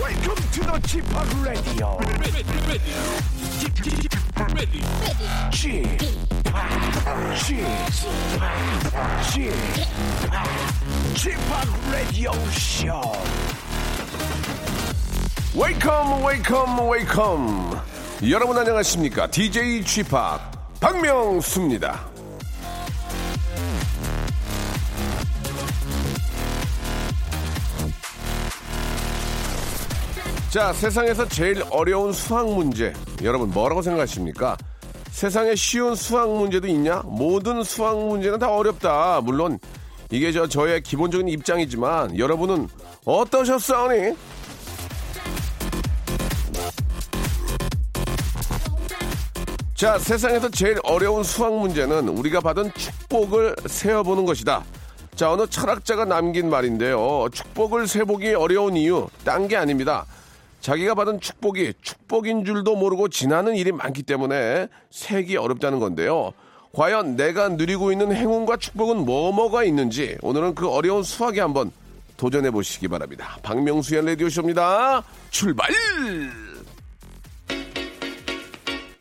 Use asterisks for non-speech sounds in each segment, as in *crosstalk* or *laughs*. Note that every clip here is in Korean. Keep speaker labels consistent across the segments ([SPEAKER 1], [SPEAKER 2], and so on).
[SPEAKER 1] Welcome to the g p o p Radio.
[SPEAKER 2] ready, ready, ready, ready,
[SPEAKER 1] g p o p g p o p g p o p Radio Show.
[SPEAKER 3] 웨이컴 웨이컴 웨이컴 여러분 안녕하십니까 DJ g p o p 박명수입니다 자 세상에서 제일 어려운 수학 문제 여러분 뭐라고 생각하십니까 세상에 쉬운 수학 문제도 있냐 모든 수학 문제는 다 어렵다 물론 이게 저 저의 기본적인 입장이지만 여러분은 어떠셨사오니 자, 세상에서 제일 어려운 수학 문제는 우리가 받은 축복을 세어보는 것이다. 자, 어느 철학자가 남긴 말인데요. 축복을 세보기 어려운 이유, 딴 게 아닙니다. 자기가 받은 축복이 축복인 줄도 모르고 지나는 일이 많기 때문에 세기 어렵다는 건데요. 과연 내가 누리고 있는 행운과 축복은 뭐뭐가 있는지 오늘은 그 어려운 수학에 한번 도전해 보시기 바랍니다. 박명수의 라디오쇼입니다. 출발!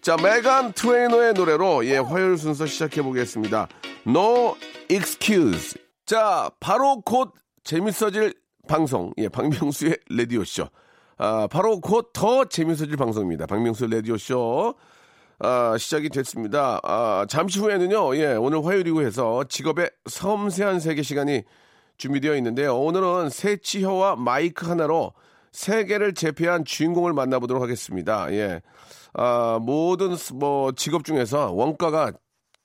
[SPEAKER 3] 자, 메간 트레이너의 노래로 예, 화요일 순서 시작해 보겠습니다. No excuse. 자, 바로 곧 재밌어질 방송. 예, 박명수의 라디오 쇼. 아, 바로 곧 더 재밌어질 방송입니다. 박명수 라디오 쇼. 아, 시작이 됐습니다. 아, 잠시 후에는요. 예, 오늘 화요일이고 해서 직업의 섬세한 세계 시간이 준비되어 있는데요. 오늘은 새치혀와 마이크 하나로 세계를 제패한 주인공을 만나보도록 하겠습니다. 예. 아, 모든 스- 뭐 직업 중에서 원가가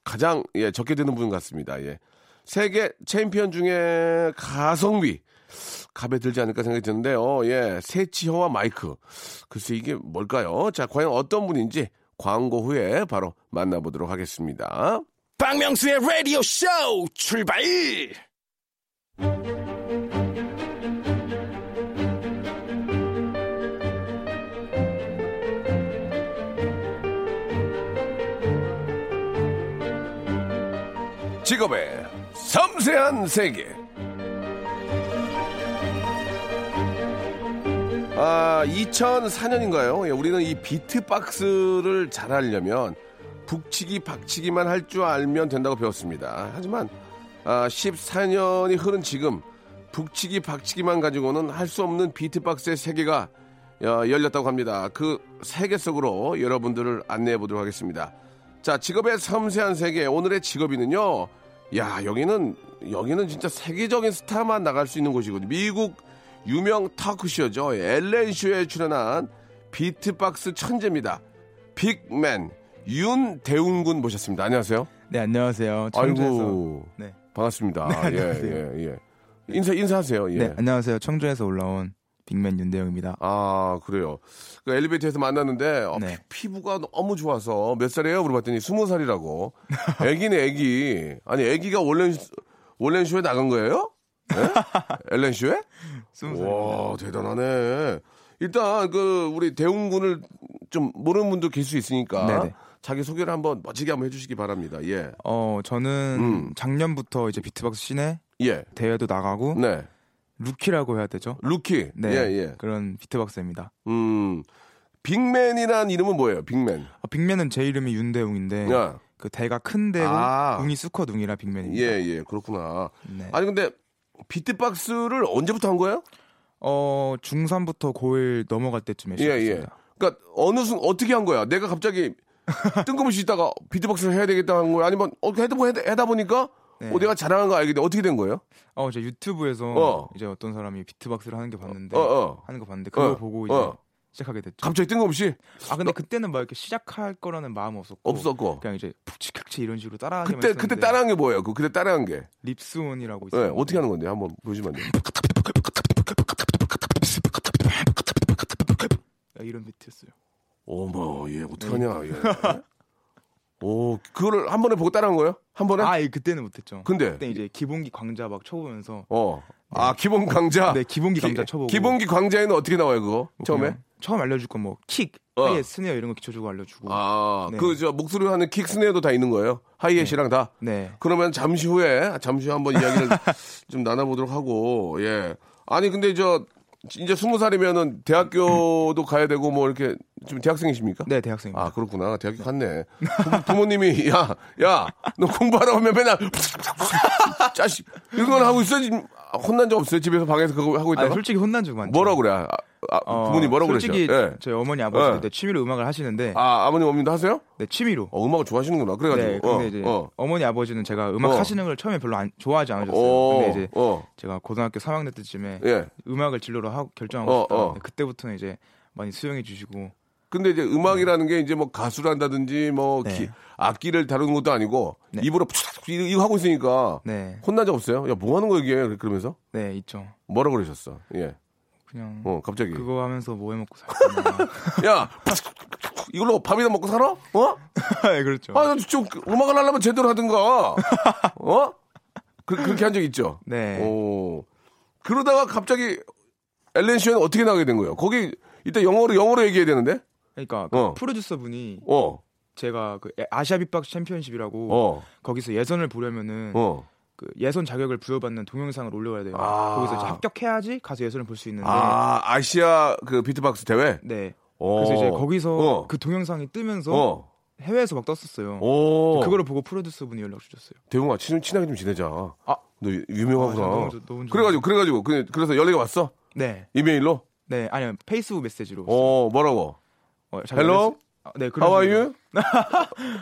[SPEAKER 3] 가장 예, 적게 드는 분 같습니다. 예. 세계 챔피언 중에 가성비 갑에 들지 않을까 생각이 드는데요. 예, 새치혀와 마이크. 글쎄 이게 뭘까요? 자, 과연 어떤 분인지 광고 후에 바로 만나보도록 하겠습니다.
[SPEAKER 1] 박명수의 라디오 쇼 출발.
[SPEAKER 3] 직업의 섬세한 세계. 아, 2004년인가요? 예, 우리는 이 비트박스를 잘 하려면 북치기, 박치기만 할 줄 알면 된다고 배웠습니다. 하지만 아, 14년이 흐른 지금 북치기, 박치기만 가지고는 할 수 없는 비트박스의 세계가 어, 열렸다고 합니다. 그 세계 속으로 여러분들을 안내해 보도록 하겠습니다. 자, 직업의 섬세한 세계 오늘의 직업인은요. 야, 여기는 여기는 진짜 세계적인 스타만 나갈 수 있는 곳이거든요. 미국 유명 타크쇼죠. 예, 엘렌 쇼에 출연한 비트박스 천재입니다. 빅맨 윤대웅 군 모셨습니다. 안녕하세요.
[SPEAKER 4] 네 안녕하세요. 청주에서
[SPEAKER 3] 아이고
[SPEAKER 4] 네.
[SPEAKER 3] 반갑습니다.
[SPEAKER 4] 네,
[SPEAKER 3] 예,
[SPEAKER 4] 안녕하세요.
[SPEAKER 3] 예, 예. 인사 인사하세요. 예.
[SPEAKER 4] 네 안녕하세요. 청주에서 올라온 빅맨 윤대영입니다.
[SPEAKER 3] 아 그래요. 그 엘리베이터에서 만났는데 어,
[SPEAKER 4] 네.
[SPEAKER 3] 피, 부가 너무 좋아서 몇 살이에요? 물어봤더니 스무 살이라고. 애기네 애기. 아니 애기가 원래 원래 쇼에 나간 거예요?
[SPEAKER 4] *laughs*
[SPEAKER 3] 예? 엘렌 쇼에?
[SPEAKER 4] 스무 살입니다.
[SPEAKER 3] 와 대단하네. 일단 그 우리 대웅군을 좀 모르는 분도 계실 수 있으니까
[SPEAKER 4] 네네.
[SPEAKER 3] 자기 소개를 한번 멋지게 한번 해주시기 바랍니다. 예,
[SPEAKER 4] 어 저는
[SPEAKER 3] 음.
[SPEAKER 4] 작년부터 이제 비트박스 시내
[SPEAKER 3] 예,
[SPEAKER 4] 대회도 나가고
[SPEAKER 3] 네,
[SPEAKER 4] 루키라고 해야 되죠.
[SPEAKER 3] 루키.
[SPEAKER 4] 어? 네
[SPEAKER 3] 예, 예.
[SPEAKER 4] 그런 비트박스입니다.
[SPEAKER 3] 음, 빅맨이란 이름은 뭐예요? 빅맨.
[SPEAKER 4] 어, 빅맨은 제 이름이 윤대웅인데
[SPEAKER 3] 야.
[SPEAKER 4] 그 대가 큰 대고
[SPEAKER 3] 아.
[SPEAKER 4] 웅이 수컷 웅이라 빅맨입니다.
[SPEAKER 3] 예, 예, 그렇구나.
[SPEAKER 4] 네.
[SPEAKER 3] 아니 근데 비트박스를 언제부터 한 거예요?
[SPEAKER 4] 어 중3부터 고1 넘어갈 때쯤에
[SPEAKER 3] 예, 예.
[SPEAKER 4] 시작했습니다.
[SPEAKER 3] 그러니까 어느 순간 어떻게 한 거야? 내가
[SPEAKER 4] *laughs*
[SPEAKER 3] 갑자기 뜬금없이 있다가 비트박스를 해야 되겠다 한 거야? 아니면 어 해다 보- 해다, 해다 보니까
[SPEAKER 4] 네.
[SPEAKER 3] 어, 내가 잘하는 거 알게 돼 어떻게 된 거예요?
[SPEAKER 4] 어 제가 유튜브에서
[SPEAKER 3] 어.
[SPEAKER 4] 이제 어떤 사람이 비트박스를 하는 게 봤는데
[SPEAKER 3] 어, 어.
[SPEAKER 4] 하는 거 봤는데 그거
[SPEAKER 3] 어,
[SPEAKER 4] 보고 이제
[SPEAKER 3] 어.
[SPEAKER 4] 시작하게 됐죠.
[SPEAKER 3] 갑자기 뜬금없이
[SPEAKER 4] 아 근데 그때는 막 이렇게 시작할 거라는 마음 없었고
[SPEAKER 3] 어. 없었고.
[SPEAKER 4] 뭐 그냥 이제 푹치칵치 이런 식으로 따라하기만
[SPEAKER 3] 그때
[SPEAKER 4] 했었는데
[SPEAKER 3] 그때 따라한 게 뭐예요? 그 그때 따라한 게
[SPEAKER 4] 립스온이라고
[SPEAKER 3] 예,
[SPEAKER 4] 있어요.
[SPEAKER 3] 어떻게 하는 건데 한번 보시면
[SPEAKER 4] *laughs*
[SPEAKER 3] 돼요.
[SPEAKER 4] 야, 아, 이런 비트였어요.
[SPEAKER 3] 어머, 예, 어떡하냐,
[SPEAKER 4] 네.
[SPEAKER 3] 예. 오, 그거를 한 번에 보고 따라한 거예요? 한 번에?
[SPEAKER 4] 아, 네. 예, 그때는 못했죠.
[SPEAKER 3] 근데
[SPEAKER 4] 그때 이제 기본기 광자 막 쳐보면서
[SPEAKER 3] 어, 아 기본 강자.
[SPEAKER 4] 네 기본기
[SPEAKER 3] 기-
[SPEAKER 4] 강자 쳐보고
[SPEAKER 3] 기본기 광자에는 어떻게 나와요 그거
[SPEAKER 4] 뭐
[SPEAKER 3] 처음에?
[SPEAKER 4] 그냥 처음 알려줄 건 뭐 킥,
[SPEAKER 3] 어.
[SPEAKER 4] 하이에 스네어 이런 거 기초주고 알려주고
[SPEAKER 3] 아,
[SPEAKER 4] 네.
[SPEAKER 3] 그 저 목소리 하는 킥 스네어도 다 있는 거예요. 하이햇이랑 다.
[SPEAKER 4] 네.
[SPEAKER 3] 그러면 잠시
[SPEAKER 4] *laughs*
[SPEAKER 3] 후에 잠시 후에 한번 이야기를 좀 나눠보도록 하고 예. 아니 근데 저 이제 스무 살이면은 대학교도 가야 되고 뭐 이렇게 지금 대학생이십니까?
[SPEAKER 4] 네, 대학생입니다.
[SPEAKER 3] 아 그렇구나 대학교 갔네 부모- 부모님이 야야너 공부하라고 하면 맨날 *laughs* 자식 이런 건 하고 있어 지금 혼난 적 없어요 집에서 방에서 그거 하고
[SPEAKER 4] 아,
[SPEAKER 3] 있다가
[SPEAKER 4] 솔직히 혼난 적 많죠.
[SPEAKER 3] 뭐라 그래 아, 아,
[SPEAKER 4] 어,
[SPEAKER 3] 부모님 뭐라 그러죠
[SPEAKER 4] 솔직히
[SPEAKER 3] 예.
[SPEAKER 4] 저희 어머니 아버지도
[SPEAKER 3] 예.
[SPEAKER 4] 네, 취미로 음악을 하시는데
[SPEAKER 3] 아 아버님 어머님도 하세요
[SPEAKER 4] 네, 취미로.
[SPEAKER 3] 어, 음악을 좋아하시는구나
[SPEAKER 4] 네,
[SPEAKER 3] 그래가지고
[SPEAKER 4] 근데 이제
[SPEAKER 3] 어,
[SPEAKER 4] 어. 머니 아버지는 제가 음악
[SPEAKER 3] 어.
[SPEAKER 4] 하시는 걸 처음에 별로 안, 좋아하지
[SPEAKER 3] 어.
[SPEAKER 4] 않으셨어요.
[SPEAKER 3] 어,
[SPEAKER 4] 근데 이제
[SPEAKER 3] 어,
[SPEAKER 4] 제가 고등학교 3학년 때쯤에
[SPEAKER 3] 예.
[SPEAKER 4] 음악을 진로로 하고 결정하고
[SPEAKER 3] 어,
[SPEAKER 4] 싶다.
[SPEAKER 3] 어.
[SPEAKER 4] 네, 그때부터는 이제 많이 수용해 주시고
[SPEAKER 3] 근데 이제 음악이라는 게 이제 뭐 가수를 한다든지 뭐
[SPEAKER 4] 네.
[SPEAKER 3] 기- 악기를 다루는 것도 아니고
[SPEAKER 4] 네.
[SPEAKER 3] 입으로 푸사닥 이거 이거 하고 있으니까
[SPEAKER 4] 네,
[SPEAKER 3] 혼난 적 없어요? 야 뭐 하는 거야 이게 그러면서
[SPEAKER 4] 네 있죠.
[SPEAKER 3] 뭐라 그러셨어? 예,
[SPEAKER 4] 그냥
[SPEAKER 3] 어 갑자기
[SPEAKER 4] 그거 하면서 뭐 해 먹고 살거나
[SPEAKER 3] *laughs* 야 이걸로 밥이나 먹고 살아? 어?
[SPEAKER 4] 예, 그렇죠.
[SPEAKER 3] 아좀 음악을 하려면 제대로 하든가 어? 그, 그렇게 한 적 있죠?
[SPEAKER 4] 네.
[SPEAKER 3] 오 그러다가 갑자기 엘렌 시는 어떻게 나가게 된 거예요? 거기 이때 영어로 영어로 얘기해야 되는데
[SPEAKER 4] 그러니까
[SPEAKER 3] 어.
[SPEAKER 4] 프로듀서 분이
[SPEAKER 3] 어
[SPEAKER 4] 제가 그 아시아 빅박스 챔피언십이라고
[SPEAKER 3] 어,
[SPEAKER 4] 거기서 예선을 보려면은
[SPEAKER 3] 어.
[SPEAKER 4] 그 예선 자격을 부여받는 동영상을 올려야 돼요.
[SPEAKER 3] 아.
[SPEAKER 4] 거기서 이제 합격해야지 가서 예선을 볼 수 있는데.
[SPEAKER 3] 아, 아시아 그 비트박스 대회?
[SPEAKER 4] 네.
[SPEAKER 3] 오.
[SPEAKER 4] 그래서 이제 거기서
[SPEAKER 3] 어.
[SPEAKER 4] 그 동영상이 뜨면서
[SPEAKER 3] 어.
[SPEAKER 4] 해외에서 막 떴었어요.
[SPEAKER 3] 오.
[SPEAKER 4] 그거를 보고 프로듀서 분이 연락 주셨어요.
[SPEAKER 3] 대웅아, 친, 친하게 좀 지내자. 아. 너 유-
[SPEAKER 4] 아,
[SPEAKER 3] 유명하구나.
[SPEAKER 4] 저 너무 좋- 너무 좋아요.
[SPEAKER 3] 그래가지고, 그래가지고, 그, 그래서 연락이 왔어?
[SPEAKER 4] 네.
[SPEAKER 3] 이메일로?
[SPEAKER 4] 네. 아니요. 페이스북 메시지로.
[SPEAKER 3] 어, 뭐라고?
[SPEAKER 4] 어, 잘
[SPEAKER 3] 헬로?
[SPEAKER 4] 연락- 아, 네. 그런
[SPEAKER 3] How are
[SPEAKER 4] 식으로.
[SPEAKER 3] you?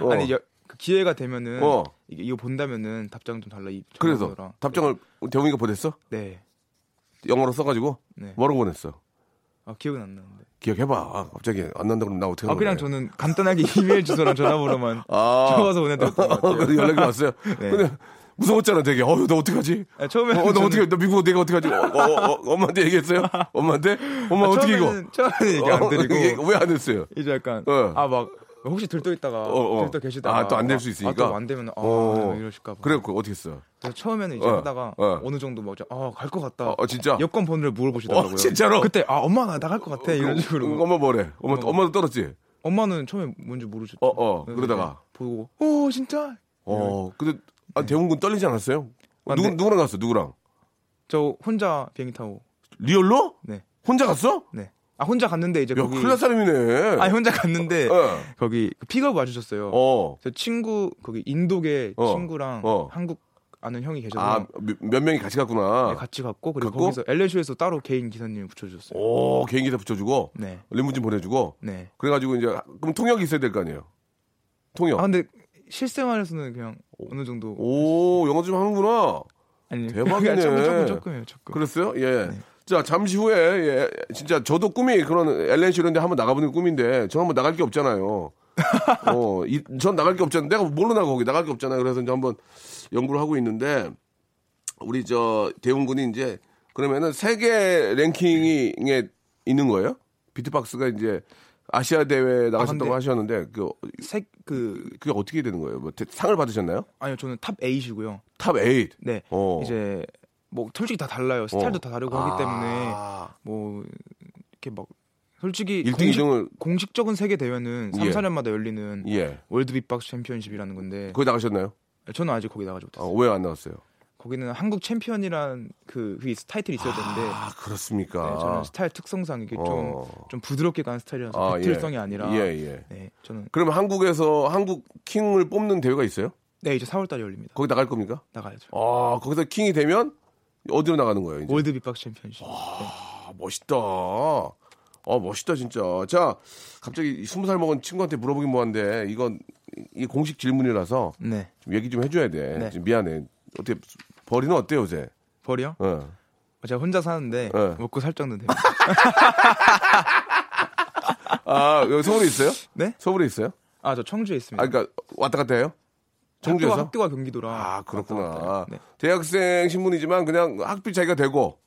[SPEAKER 3] 어.
[SPEAKER 4] 아니 여- 그 기회가 되면은
[SPEAKER 3] 어.
[SPEAKER 4] 이게 이거 본다면은 답장 좀 달라. 이
[SPEAKER 3] 그래서
[SPEAKER 4] 전화번호랑.
[SPEAKER 3] 답장을 대웅이가 보냈어?
[SPEAKER 4] 네.
[SPEAKER 3] 영어로 써가지고?
[SPEAKER 4] 네.
[SPEAKER 3] 뭐라고 보냈어?
[SPEAKER 4] 아, 기억은 안 나는데.
[SPEAKER 3] 기억해봐. 아, 갑자기 안 난다 그러면 나 어떻게
[SPEAKER 4] 아 그냥 저는 간단하게 *laughs* 이메일 주소랑 전화번호만
[SPEAKER 3] 아.
[SPEAKER 4] 적어서 보내드렸던 것 같아요.
[SPEAKER 3] 그래서 연락이 왔어요.
[SPEAKER 4] 네.
[SPEAKER 3] 근데 무서웠잖아, 되게. 어휴, 나 어떡하지?
[SPEAKER 4] 아, 처음에
[SPEAKER 3] 어, 나 어떻게, 나 미국 내가 어떻게 하지? 어, 어, 어, 엄마한테 얘기했어요? 엄마한테? 엄마 어떻게 이거?
[SPEAKER 4] 아, 처음에는 얘기 안 드리고
[SPEAKER 3] 왜안 했어요?
[SPEAKER 4] 이제 약간
[SPEAKER 3] 어.
[SPEAKER 4] 아 막 혹시 들떠 있다가
[SPEAKER 3] 어, 어.
[SPEAKER 4] 들떠 계시다가
[SPEAKER 3] 아, 또안될수 있으니까?
[SPEAKER 4] 아, 또안 되면 아
[SPEAKER 3] 어.
[SPEAKER 4] 이러실까 봐.
[SPEAKER 3] 그래갖고 어떻게 했어요?
[SPEAKER 4] 그래서 처음에는 이제
[SPEAKER 3] 어,
[SPEAKER 4] 하다가
[SPEAKER 3] 어.
[SPEAKER 4] 어. 느 정도 막아갈 것 같다.
[SPEAKER 3] 어, 어, 진짜?
[SPEAKER 4] 여권 번호를 물어보시더라고요.
[SPEAKER 3] 어, 진짜로? 어,
[SPEAKER 4] 그때 아 엄마 나 나갈 것 같아 이런 식으로.
[SPEAKER 3] 응, 엄마 뭐래? 엄마,
[SPEAKER 4] 어.
[SPEAKER 3] 엄마도 떨었지?
[SPEAKER 4] 엄마는 처음에 뭔지 모르셨죠. 네,
[SPEAKER 3] 어, 어, 그러다가.
[SPEAKER 4] 보고 오 진짜
[SPEAKER 3] 어, 근데, 아, 대웅군 떨리지 않았어요?
[SPEAKER 4] 네. 아,
[SPEAKER 3] 누구,
[SPEAKER 4] 네.
[SPEAKER 3] 누구랑 갔어? 누구랑?
[SPEAKER 4] 저 혼자 비행기 타고
[SPEAKER 3] 리얼로?
[SPEAKER 4] 네
[SPEAKER 3] 혼자 갔어?
[SPEAKER 4] 네. 아 혼자 갔는데 이제
[SPEAKER 3] 야,
[SPEAKER 4] 거기
[SPEAKER 3] 큰일 날 사람이네.
[SPEAKER 4] *laughs* 아 혼자 갔는데
[SPEAKER 3] 예.
[SPEAKER 4] 거기 그 픽업 와주셨어요.
[SPEAKER 3] 어.
[SPEAKER 4] 저 친구 거기 인도계
[SPEAKER 3] 어.
[SPEAKER 4] 친구랑
[SPEAKER 3] 어.
[SPEAKER 4] 한국 아는 형이 계셔서
[SPEAKER 3] 아, 몇, 몇 명이 같이 갔구나.
[SPEAKER 4] 네, 같이 갔고 그리고
[SPEAKER 3] 갔고?
[SPEAKER 4] 거기서 엘레쇼에서 따로 개인 기사님 붙여주셨어요.
[SPEAKER 3] 오, 개인기사 붙여주고,
[SPEAKER 4] 네,
[SPEAKER 3] 리무진 보내주고,
[SPEAKER 4] 네.
[SPEAKER 3] 그래가지고 이제, 그럼 통역이 있어야 될 거 아니에요? 통역.
[SPEAKER 4] 아 근데 실생활에서는 그냥 어느 정도
[SPEAKER 3] 오, 어. 영어 좀 하는구나.
[SPEAKER 4] 아니 *laughs*
[SPEAKER 3] 대박이네.
[SPEAKER 4] 조금 조금 조금이에요 조금.
[SPEAKER 3] 그랬어요? 예.
[SPEAKER 4] 네.
[SPEAKER 3] 자, 잠시 후에, 예, 진짜 저도 꿈이 그런 엘렌시 이런 데 한번 나가보는 게 꿈인데, 저는 한번 나갈 게
[SPEAKER 4] *laughs*
[SPEAKER 3] 없잖아요. 어, 이, 전 나갈 게 없잖아요. 내가 뭘로 나가, 거기 나갈 게 없잖아요. 그래서 이제 한번 연구를 하고 있는데, 우리 저, 대웅군이 이제, 그러면은 세계 랭킹이 있는 거예요? 비트박스가 이제, 아시아 대회 나가셨다고
[SPEAKER 4] 근데-
[SPEAKER 3] 하셨는데, 그,
[SPEAKER 4] 색그
[SPEAKER 3] 그게 어떻게 되는 거예요? 뭐, 대- 상을 받으셨나요?
[SPEAKER 4] 아니요 저는 탑 8이고요.
[SPEAKER 3] 탑 8.
[SPEAKER 4] 네.
[SPEAKER 3] 어.
[SPEAKER 4] 이제 뭐 솔직히 다 달라요. 스타일도 다 다르고 하기 때문에
[SPEAKER 3] 아,
[SPEAKER 4] 뭐 이렇게 막 솔직히
[SPEAKER 3] 1등,
[SPEAKER 4] 공식,
[SPEAKER 3] 2등을,
[SPEAKER 4] 공식적인 세계 대회는 3,
[SPEAKER 3] 예.
[SPEAKER 4] 4년마다 열리는
[SPEAKER 3] 예.
[SPEAKER 4] 월드 빅박스 챔피언십이라는 건데
[SPEAKER 3] 거기 나가셨나요?
[SPEAKER 4] 저는 아직 거기 나가지 못했어요.
[SPEAKER 3] 왜 안그 나왔어요?
[SPEAKER 4] 거기는 한국 챔피언이란 그 그게 있- 타이틀이 있어야 되는데
[SPEAKER 3] 아 그렇습니까?
[SPEAKER 4] 네, 저는 스타일 특성상 이게 좀
[SPEAKER 3] 어.
[SPEAKER 4] 좀 부드럽게 가는 스타일이라서
[SPEAKER 3] 아,
[SPEAKER 4] 배틀성이
[SPEAKER 3] 예.
[SPEAKER 4] 아니라
[SPEAKER 3] 예, 예.
[SPEAKER 4] 네 저는
[SPEAKER 3] 그럼 한국에서 한국 킹을 뽑는 대회가 있어요?
[SPEAKER 4] 네 이제 4월달에 열립니다.
[SPEAKER 3] 거기 나갈 겁니까?
[SPEAKER 4] 나가야죠.
[SPEAKER 3] 아 거기서 킹이 되면 어디로 나가는 거예요? 이제?
[SPEAKER 4] 월드 빅박스 챔피언십.
[SPEAKER 3] 아 멋있다. 아 멋있다 진짜. 자 갑자기 스무 살 먹은 친구한테 물어보긴 뭐한데 이건 이 공식 질문이라서
[SPEAKER 4] 네
[SPEAKER 3] 좀 얘기 좀 해줘야 돼.
[SPEAKER 4] 네.
[SPEAKER 3] 지금 미안해. 어떻게 벌이는 어때요 요새?
[SPEAKER 4] 버려?
[SPEAKER 3] 어.
[SPEAKER 4] 제가 혼자 사는데
[SPEAKER 3] 네.
[SPEAKER 4] 먹고 살 정도 돼요.
[SPEAKER 3] 아 여기 서울에 있어요?
[SPEAKER 4] 네?
[SPEAKER 3] 서울에 있어요?
[SPEAKER 4] 아 저 청주에 있습니다.
[SPEAKER 3] 아 그러니까 왔다 갔다 해요?
[SPEAKER 4] 학교가,
[SPEAKER 3] 청주에서?
[SPEAKER 4] 학교가 경기도라.
[SPEAKER 3] 아
[SPEAKER 4] 왔다 갔다
[SPEAKER 3] 그렇구나.
[SPEAKER 4] 해요. 네.
[SPEAKER 3] 대학생 신분이지만 그냥 학비 자기가 되고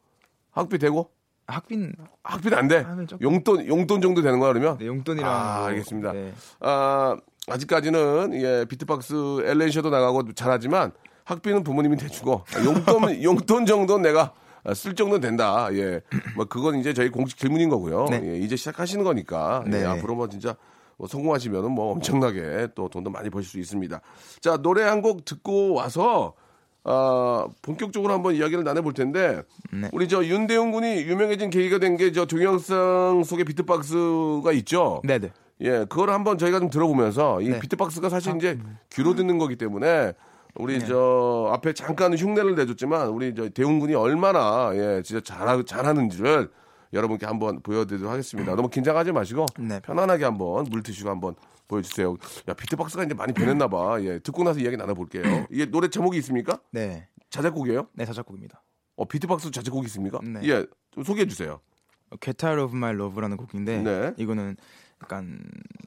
[SPEAKER 3] 학비 되고
[SPEAKER 4] 아, 학비는
[SPEAKER 3] 학비는 안 돼.
[SPEAKER 4] 하면 조금-
[SPEAKER 3] 용돈 용돈 정도 되는 거야 그러면.
[SPEAKER 4] 네, 용돈이랑
[SPEAKER 3] 아,
[SPEAKER 4] 뭐,
[SPEAKER 3] 알겠습니다.
[SPEAKER 4] 네.
[SPEAKER 3] 아 아직까지는 예 비트박스 엘렌셔도 나가고 잘하지만 학비는 부모님이 대주고
[SPEAKER 4] *laughs*
[SPEAKER 3] 용돈 용돈 정도 는 내가 아, 쓸 정도는 된다. 예, 뭐 그건 이제 저희 공식 질문인 거고요.
[SPEAKER 4] 네.
[SPEAKER 3] 예, 이제 시작하시는 거니까 예,
[SPEAKER 4] 네.
[SPEAKER 3] 앞으로 뭐 진짜 뭐 성공하시면은 뭐 엄청나게 또 돈도 많이 버실 수 있습니다. 자 노래 한 곡 듣고 와서 아, 본격적으로 한번 이야기를 나눠볼 텐데
[SPEAKER 4] 네.
[SPEAKER 3] 우리 저 윤대용 군이 유명해진 계기가 된 게 저 동영상 속의 비트박스가 있죠.
[SPEAKER 4] 네네.
[SPEAKER 3] 예, 그걸 한번 저희가 좀 들어보면서 이
[SPEAKER 4] 네. 음.
[SPEAKER 3] 비트박스가 사실 이제 귀로 듣는 거기 때문에 우리
[SPEAKER 4] 네.
[SPEAKER 3] 저 앞에 잠깐 흉내를 내줬지만 우리 저 대웅 군이 얼마나 예 진짜 잘 잘하는지를 여러분께 한번 보여드리도록 하겠습니다. 너무 긴장하지 마시고
[SPEAKER 4] 네.
[SPEAKER 3] 편안하게 한번 물 드시고 한번 보여주세요. 야 비트박스가 이제 많이 변했나 봐. 예, 듣고 나서 이야기 나눠볼게요. 이게 노래 제목이 있습니까?
[SPEAKER 4] 네.
[SPEAKER 3] 자작곡이에요?
[SPEAKER 4] 네, 자작곡입니다.
[SPEAKER 3] 어 비트박스 자작곡이 있습니까?
[SPEAKER 4] 네.
[SPEAKER 3] 예, 좀 소개해 주세요.
[SPEAKER 4] Get Out of My Love라는 곡인데
[SPEAKER 3] 네.
[SPEAKER 4] 이거는 약간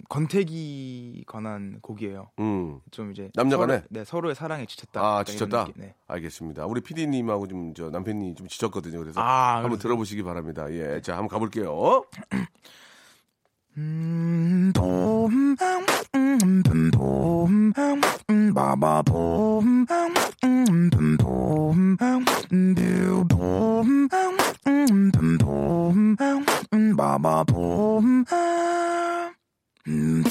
[SPEAKER 4] 권태기 관한 곡이에요.
[SPEAKER 3] 음.
[SPEAKER 4] 좀 이제
[SPEAKER 3] 남녀
[SPEAKER 4] 서로-
[SPEAKER 3] 간에?
[SPEAKER 4] 네 서로의 사랑에 지쳤다.
[SPEAKER 3] 아,
[SPEAKER 4] 약간 이런
[SPEAKER 3] 지쳤다?
[SPEAKER 4] 느낌, 네.
[SPEAKER 3] 알겠습니다. 우리 PD님하고 좀 저 남편이 좀 지쳤거든요. 그래서
[SPEAKER 4] 아,
[SPEAKER 3] 한번 들어보시기 바랍니다. 예, 자 한번 가볼게요.
[SPEAKER 4] 음, 봄, 음, 봄, 봄, 음, 바바 봄, 음, 봄, 봄, 음, 뷰 봄, 음, 봄, 봄, 음, 바바 봄, 음, 봄,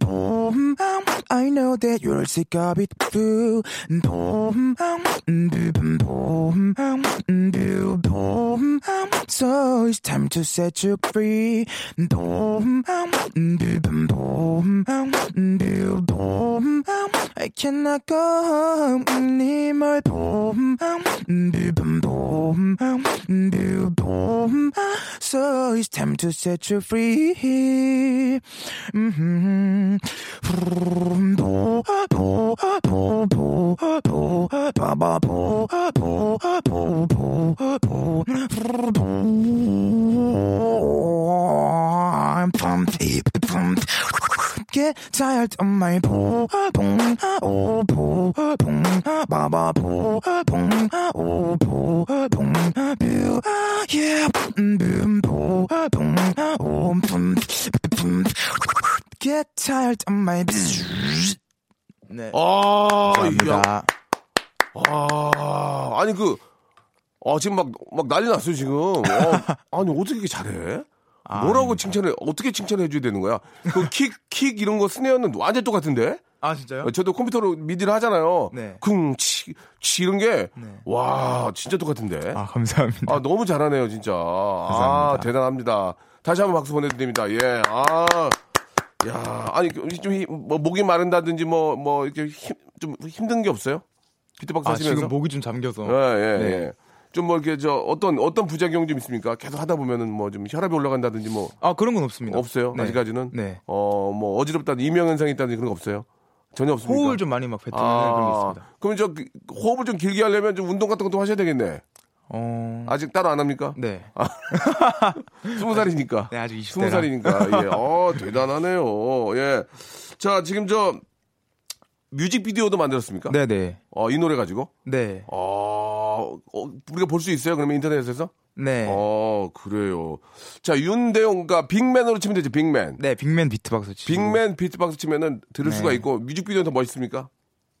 [SPEAKER 4] 봄, I know that you'll seek a bit too. 봄, 음, 뷰 봄, 봄, 음, 뷰 봄, So it's time to set you free. 봄, 봄, 봄, 봄, 봄. I cannot go home. 님을 봄, 봄, 봄, 봄. So it's time to set you free. 음, 봄, 봄, 봄, 봄, 봄, 바바 봄, 봄, 봄, 봄, 봄. I'm pumped, pumped. Get tired of my boom, boom, oh, boom, boom, ba, ba, boom, boom, oh, boom, boom, boo, ah, yeah, boom, boom, boom, oh, boom, boom. Get tired of my 네.
[SPEAKER 3] 아, 야,
[SPEAKER 4] 감사합니다.
[SPEAKER 3] 아, 아니 그, 아 지금 막 막 난리 났어요 지금.
[SPEAKER 4] *laughs*
[SPEAKER 3] 어, 아니 어떻게 이렇게 잘해?
[SPEAKER 4] 아,
[SPEAKER 3] 뭐라고 칭찬을 어떻게 칭찬해 줘야 되는 거야? 그킥킥 이런 거 스네어는 완전 똑같은데?
[SPEAKER 4] 아 진짜요?
[SPEAKER 3] 어, 저도 컴퓨터로 미디를 하잖아요.
[SPEAKER 4] 네.
[SPEAKER 3] 쿵치 치 이런
[SPEAKER 4] 네.
[SPEAKER 3] 게 와 진짜 똑같은데.
[SPEAKER 4] 아 감사합니다.
[SPEAKER 3] 아, 너무 잘하네요, 진짜. 아,
[SPEAKER 4] 감사합니다.
[SPEAKER 3] 대단합니다. 다시 한번 박수 보내드립니다. 예, 아, 야, 아니, 좀, 힘- 뭐, 목이 마른다든지, 뭐, 뭐, 이렇게 힘, 좀 힘든 게 없어요? 비트박스
[SPEAKER 4] 아,
[SPEAKER 3] 하시면서?
[SPEAKER 4] 지금 목이 좀 잠겨서.
[SPEAKER 3] 예, 예,
[SPEAKER 4] 네.
[SPEAKER 3] 예. 좀 뭐, 이렇게, 저, 어떤, 어떤 부작용 좀 있습니까? 계속 하다 보면은 뭐, 좀 혈압이 올라간다든지, 뭐,
[SPEAKER 4] 아 그런 건 없습니다.
[SPEAKER 3] 없어요?
[SPEAKER 4] 네.
[SPEAKER 3] 아직까지는?
[SPEAKER 4] 네.
[SPEAKER 3] 어, 뭐, 어지럽다든지, 이명현상이 있다든지 그런 거 없어요? 전혀 없습니까? 아,
[SPEAKER 4] 호흡을 좀 많이 막 뱉는 그런 게 있습니다.
[SPEAKER 3] 그럼 저, 그, 호흡을 좀 길게 하려면 좀 운동 같은 것도 하셔야 되겠네.
[SPEAKER 4] 어.
[SPEAKER 3] 아직 따로 안 합니까?
[SPEAKER 4] 네.
[SPEAKER 3] 스무 살이니까.
[SPEAKER 4] 네, 아직 20
[SPEAKER 3] 스무
[SPEAKER 4] 대라.
[SPEAKER 3] 살이니까. 예.
[SPEAKER 4] *laughs*
[SPEAKER 3] 어, 대단하네요. 예. 자, 지금 저 뮤직비디오도 만들었습니까?
[SPEAKER 4] 네, 네.
[SPEAKER 3] 어, 이 노래 가지고. 아,
[SPEAKER 4] 네.
[SPEAKER 3] 어, 어, 우리가 볼 수 있어요? 그러면 인터넷에서?
[SPEAKER 4] 네.
[SPEAKER 3] 어, 그래요. 자, 윤대용과 빅맨으로 치면 되죠, 빅맨.
[SPEAKER 4] 네, 빅맨 비트박스 치고.
[SPEAKER 3] 빅맨 비트박스 치면은 들을
[SPEAKER 4] 네.
[SPEAKER 3] 수가 있고, 뮤직비디오는 더 멋있습니까?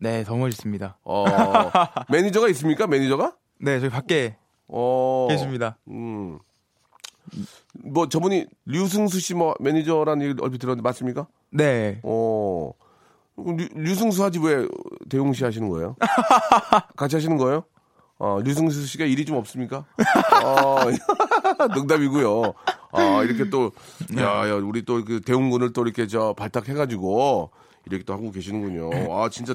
[SPEAKER 4] 네, 더 멋있습니다. *laughs*
[SPEAKER 3] 어, 매니저가 있습니까? 매니저가?
[SPEAKER 4] 네, 저기 밖에
[SPEAKER 3] 어,
[SPEAKER 4] 계십니다.
[SPEAKER 3] 음. 뭐 저분이 류승수 씨 뭐 매니저라는 얘기를 얼핏 들었는데 맞습니까?
[SPEAKER 4] 네.
[SPEAKER 3] 어. 그럼 류, 류승수 하지 왜 대용 씨 하시는 거예요? 같이 하시는 거예요? 어, 류승수 씨가 일이 좀 없습니까? 어, *laughs* 농담이고요. 아, 이렇게 또,
[SPEAKER 4] 네.
[SPEAKER 3] 야, 야, 우리 또 그 대웅군을 또 이렇게 저 발탁해가지고 이렇게 또 하고 계시는군요. 아, 진짜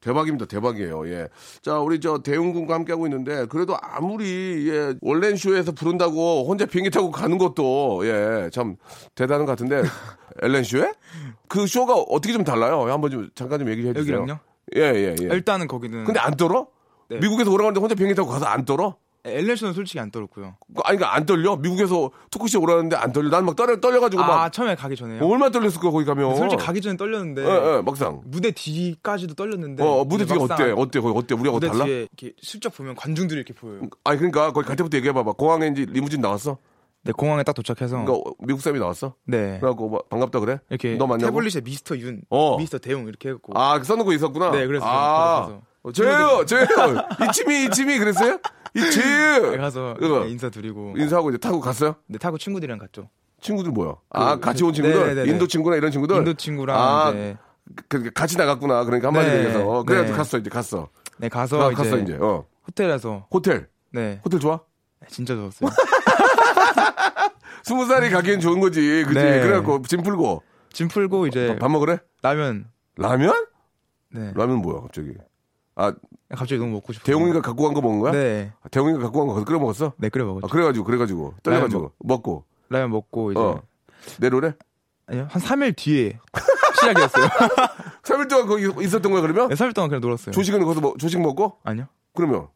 [SPEAKER 3] 대박입니다. 대박이에요. 예. 자, 우리 저 대웅군과 함께하고 있는데 그래도 아무리, 예, 원랜쇼에서 부른다고 혼자 비행기 타고 가는 것도, 예, 참 대단한 것 같은데 엘렌쇼에? 그 쇼가 어떻게 좀 달라요? 한번 좀 잠깐 좀 얘기해 주세요.
[SPEAKER 4] 여기랑요?
[SPEAKER 3] 예, 예, 예.
[SPEAKER 4] 일단은 거기는
[SPEAKER 3] 근데 안 떨어?
[SPEAKER 4] 네.
[SPEAKER 3] 미국에서 오라가는데 혼자 비행기 타고 가서 안 떨어?
[SPEAKER 4] 엘레션은 솔직히 안 떨었고요.
[SPEAKER 3] 아니, 그러니까 안 떨려? 미국에서 토크쇼 오라는데 안 떨려? 난 막 떨려, 떨려가지고
[SPEAKER 4] 아,
[SPEAKER 3] 막.
[SPEAKER 4] 처음에 가기 전에요.
[SPEAKER 3] 얼마나 떨렸을 거야, 거기 가면.
[SPEAKER 4] 솔직히 가기 전에 떨렸는데
[SPEAKER 3] 예, 예, 막상.
[SPEAKER 4] 무대 뒤까지도 떨렸는데
[SPEAKER 3] 어, 어, 무대
[SPEAKER 4] 네. 근데
[SPEAKER 3] 뒤에
[SPEAKER 4] 막상
[SPEAKER 3] 어때? 어때? 거기 어때? 우리하고
[SPEAKER 4] 무대
[SPEAKER 3] 달라?
[SPEAKER 4] 뒤에 이렇게 슬쩍 보면 관중들이 이렇게 보여요.
[SPEAKER 3] 아니, 그러니까 거기 갈 때부터 얘기해봐봐. 공항에 이제 리무진 나왔어?
[SPEAKER 4] 네, 공항에 딱 도착해서
[SPEAKER 3] 그러니까 어, 미국 사람이 나왔어?
[SPEAKER 4] 네.
[SPEAKER 3] 그래갖고 막 반갑다 그래?
[SPEAKER 4] 이렇게
[SPEAKER 3] 너 맞냐고?
[SPEAKER 4] 태블릿에 미스터 윤,
[SPEAKER 3] 어.
[SPEAKER 4] 미스터 대웅 이렇게 했고
[SPEAKER 3] 아, 써놓고 있었구나.
[SPEAKER 4] 네, 그래서 저는
[SPEAKER 3] 아,
[SPEAKER 4] 걸어가서.
[SPEAKER 3] 제요, 제요. 이치미, 이치미 그랬어요?
[SPEAKER 4] *laughs*
[SPEAKER 3] 이치유.
[SPEAKER 4] 가서
[SPEAKER 3] 그거
[SPEAKER 4] 네, 인사드리고
[SPEAKER 3] 인사하고 이제 타고 갔어요?
[SPEAKER 4] 네, 타고 친구들이랑 갔죠.
[SPEAKER 3] 친구들 뭐야? 아,
[SPEAKER 4] 그,
[SPEAKER 3] 같이 온
[SPEAKER 4] 그,
[SPEAKER 3] 친구들?
[SPEAKER 4] 네네네네.
[SPEAKER 3] 인도 친구나 이런 친구들?
[SPEAKER 4] 인도 친구랑
[SPEAKER 3] 아,
[SPEAKER 4] 이제
[SPEAKER 3] 그러니까 같이 나갔구나. 그러니까 한마디로
[SPEAKER 4] 네,
[SPEAKER 3] 얘기해서. 그래,
[SPEAKER 4] 네.
[SPEAKER 3] 갔어, 이제 갔어.
[SPEAKER 4] 네
[SPEAKER 3] 나
[SPEAKER 4] 가서 이제,
[SPEAKER 3] 갔어 이제. 어.
[SPEAKER 4] 호텔에서
[SPEAKER 3] 호텔.
[SPEAKER 4] 네
[SPEAKER 3] 호텔 좋아?
[SPEAKER 4] 진짜
[SPEAKER 3] 뭐?
[SPEAKER 4] 좋았어요.
[SPEAKER 3] 스무 살이 가기엔 좋은 거지. 그지?
[SPEAKER 4] 음. 네.
[SPEAKER 3] 그래갖고 짐 풀고
[SPEAKER 4] 짐 풀고 이제
[SPEAKER 3] 밥 먹으래?
[SPEAKER 4] 라면
[SPEAKER 3] 라면?
[SPEAKER 4] 네
[SPEAKER 3] 라면 뭐야 갑자기? 아
[SPEAKER 4] 갑자기 너무 먹고 싶어.
[SPEAKER 3] 대웅이가 갖고 간 거 먹은 거야?
[SPEAKER 4] 네네
[SPEAKER 3] 아, 대웅이가 갖고 간 거 끓여 먹었어?
[SPEAKER 4] 네 끓여
[SPEAKER 3] 아,
[SPEAKER 4] 먹었죠.
[SPEAKER 3] 그래가지고 그래가지고 떨려가지고
[SPEAKER 4] 라면
[SPEAKER 3] 먹고
[SPEAKER 4] 라면 먹고 이제
[SPEAKER 3] 어 내로래?
[SPEAKER 4] 아니요 한 3일 뒤에 *laughs* 시작이었어요.
[SPEAKER 3] 3일 동안 거기 있었던 거야 그러면?
[SPEAKER 4] 네, 3일 동안 그냥 놀았어요.
[SPEAKER 3] 조식은 거기서 먹- 조식 먹고?
[SPEAKER 4] 아니요
[SPEAKER 3] 그러면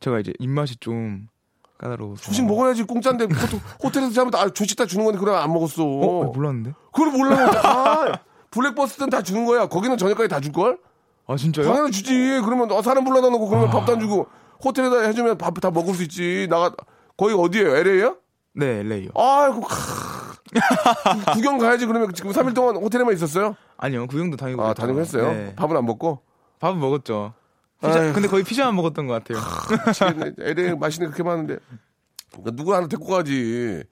[SPEAKER 4] 제가 이제 입맛이 좀 까다로워서
[SPEAKER 3] 조식 먹어야지 공짜인데 호텔, 호텔에서 자면 다, 아, 조식 다 주는 건데 그럼 안 먹었어.
[SPEAKER 4] 어, 몰랐는데.
[SPEAKER 3] 그걸 몰라. 아, 블랙버스는 다 주는 거야. 거기는 저녁까지 다 줄 걸?
[SPEAKER 4] 아 진짜요?
[SPEAKER 3] 당연히 주지. 그러면 어, 사람 불러다 놓고
[SPEAKER 4] 아.
[SPEAKER 3] 그러면 밥도 안 주고 호텔에다 해주면 밥 다 먹을 수 있지. 나가 거기 어디예요? LA요?
[SPEAKER 4] 네 LA요.
[SPEAKER 3] 아이고
[SPEAKER 4] *laughs*
[SPEAKER 3] 캬. 구경 가야지 그러면 지금 3일 동안 호텔에만 있었어요?
[SPEAKER 4] 아니요 구경도 다니고
[SPEAKER 3] 아
[SPEAKER 4] 그랬죠.
[SPEAKER 3] 다니고 했어요.
[SPEAKER 4] 네.
[SPEAKER 3] 밥은 안 먹고.
[SPEAKER 4] 밥은 먹었죠. 피자-
[SPEAKER 3] 아이고.
[SPEAKER 4] 근데 거의 피자만 먹었던 것 같아요.
[SPEAKER 3] LA 맛있는 게 그렇게 많은데 그러니까 누구 하나 데리고 가지.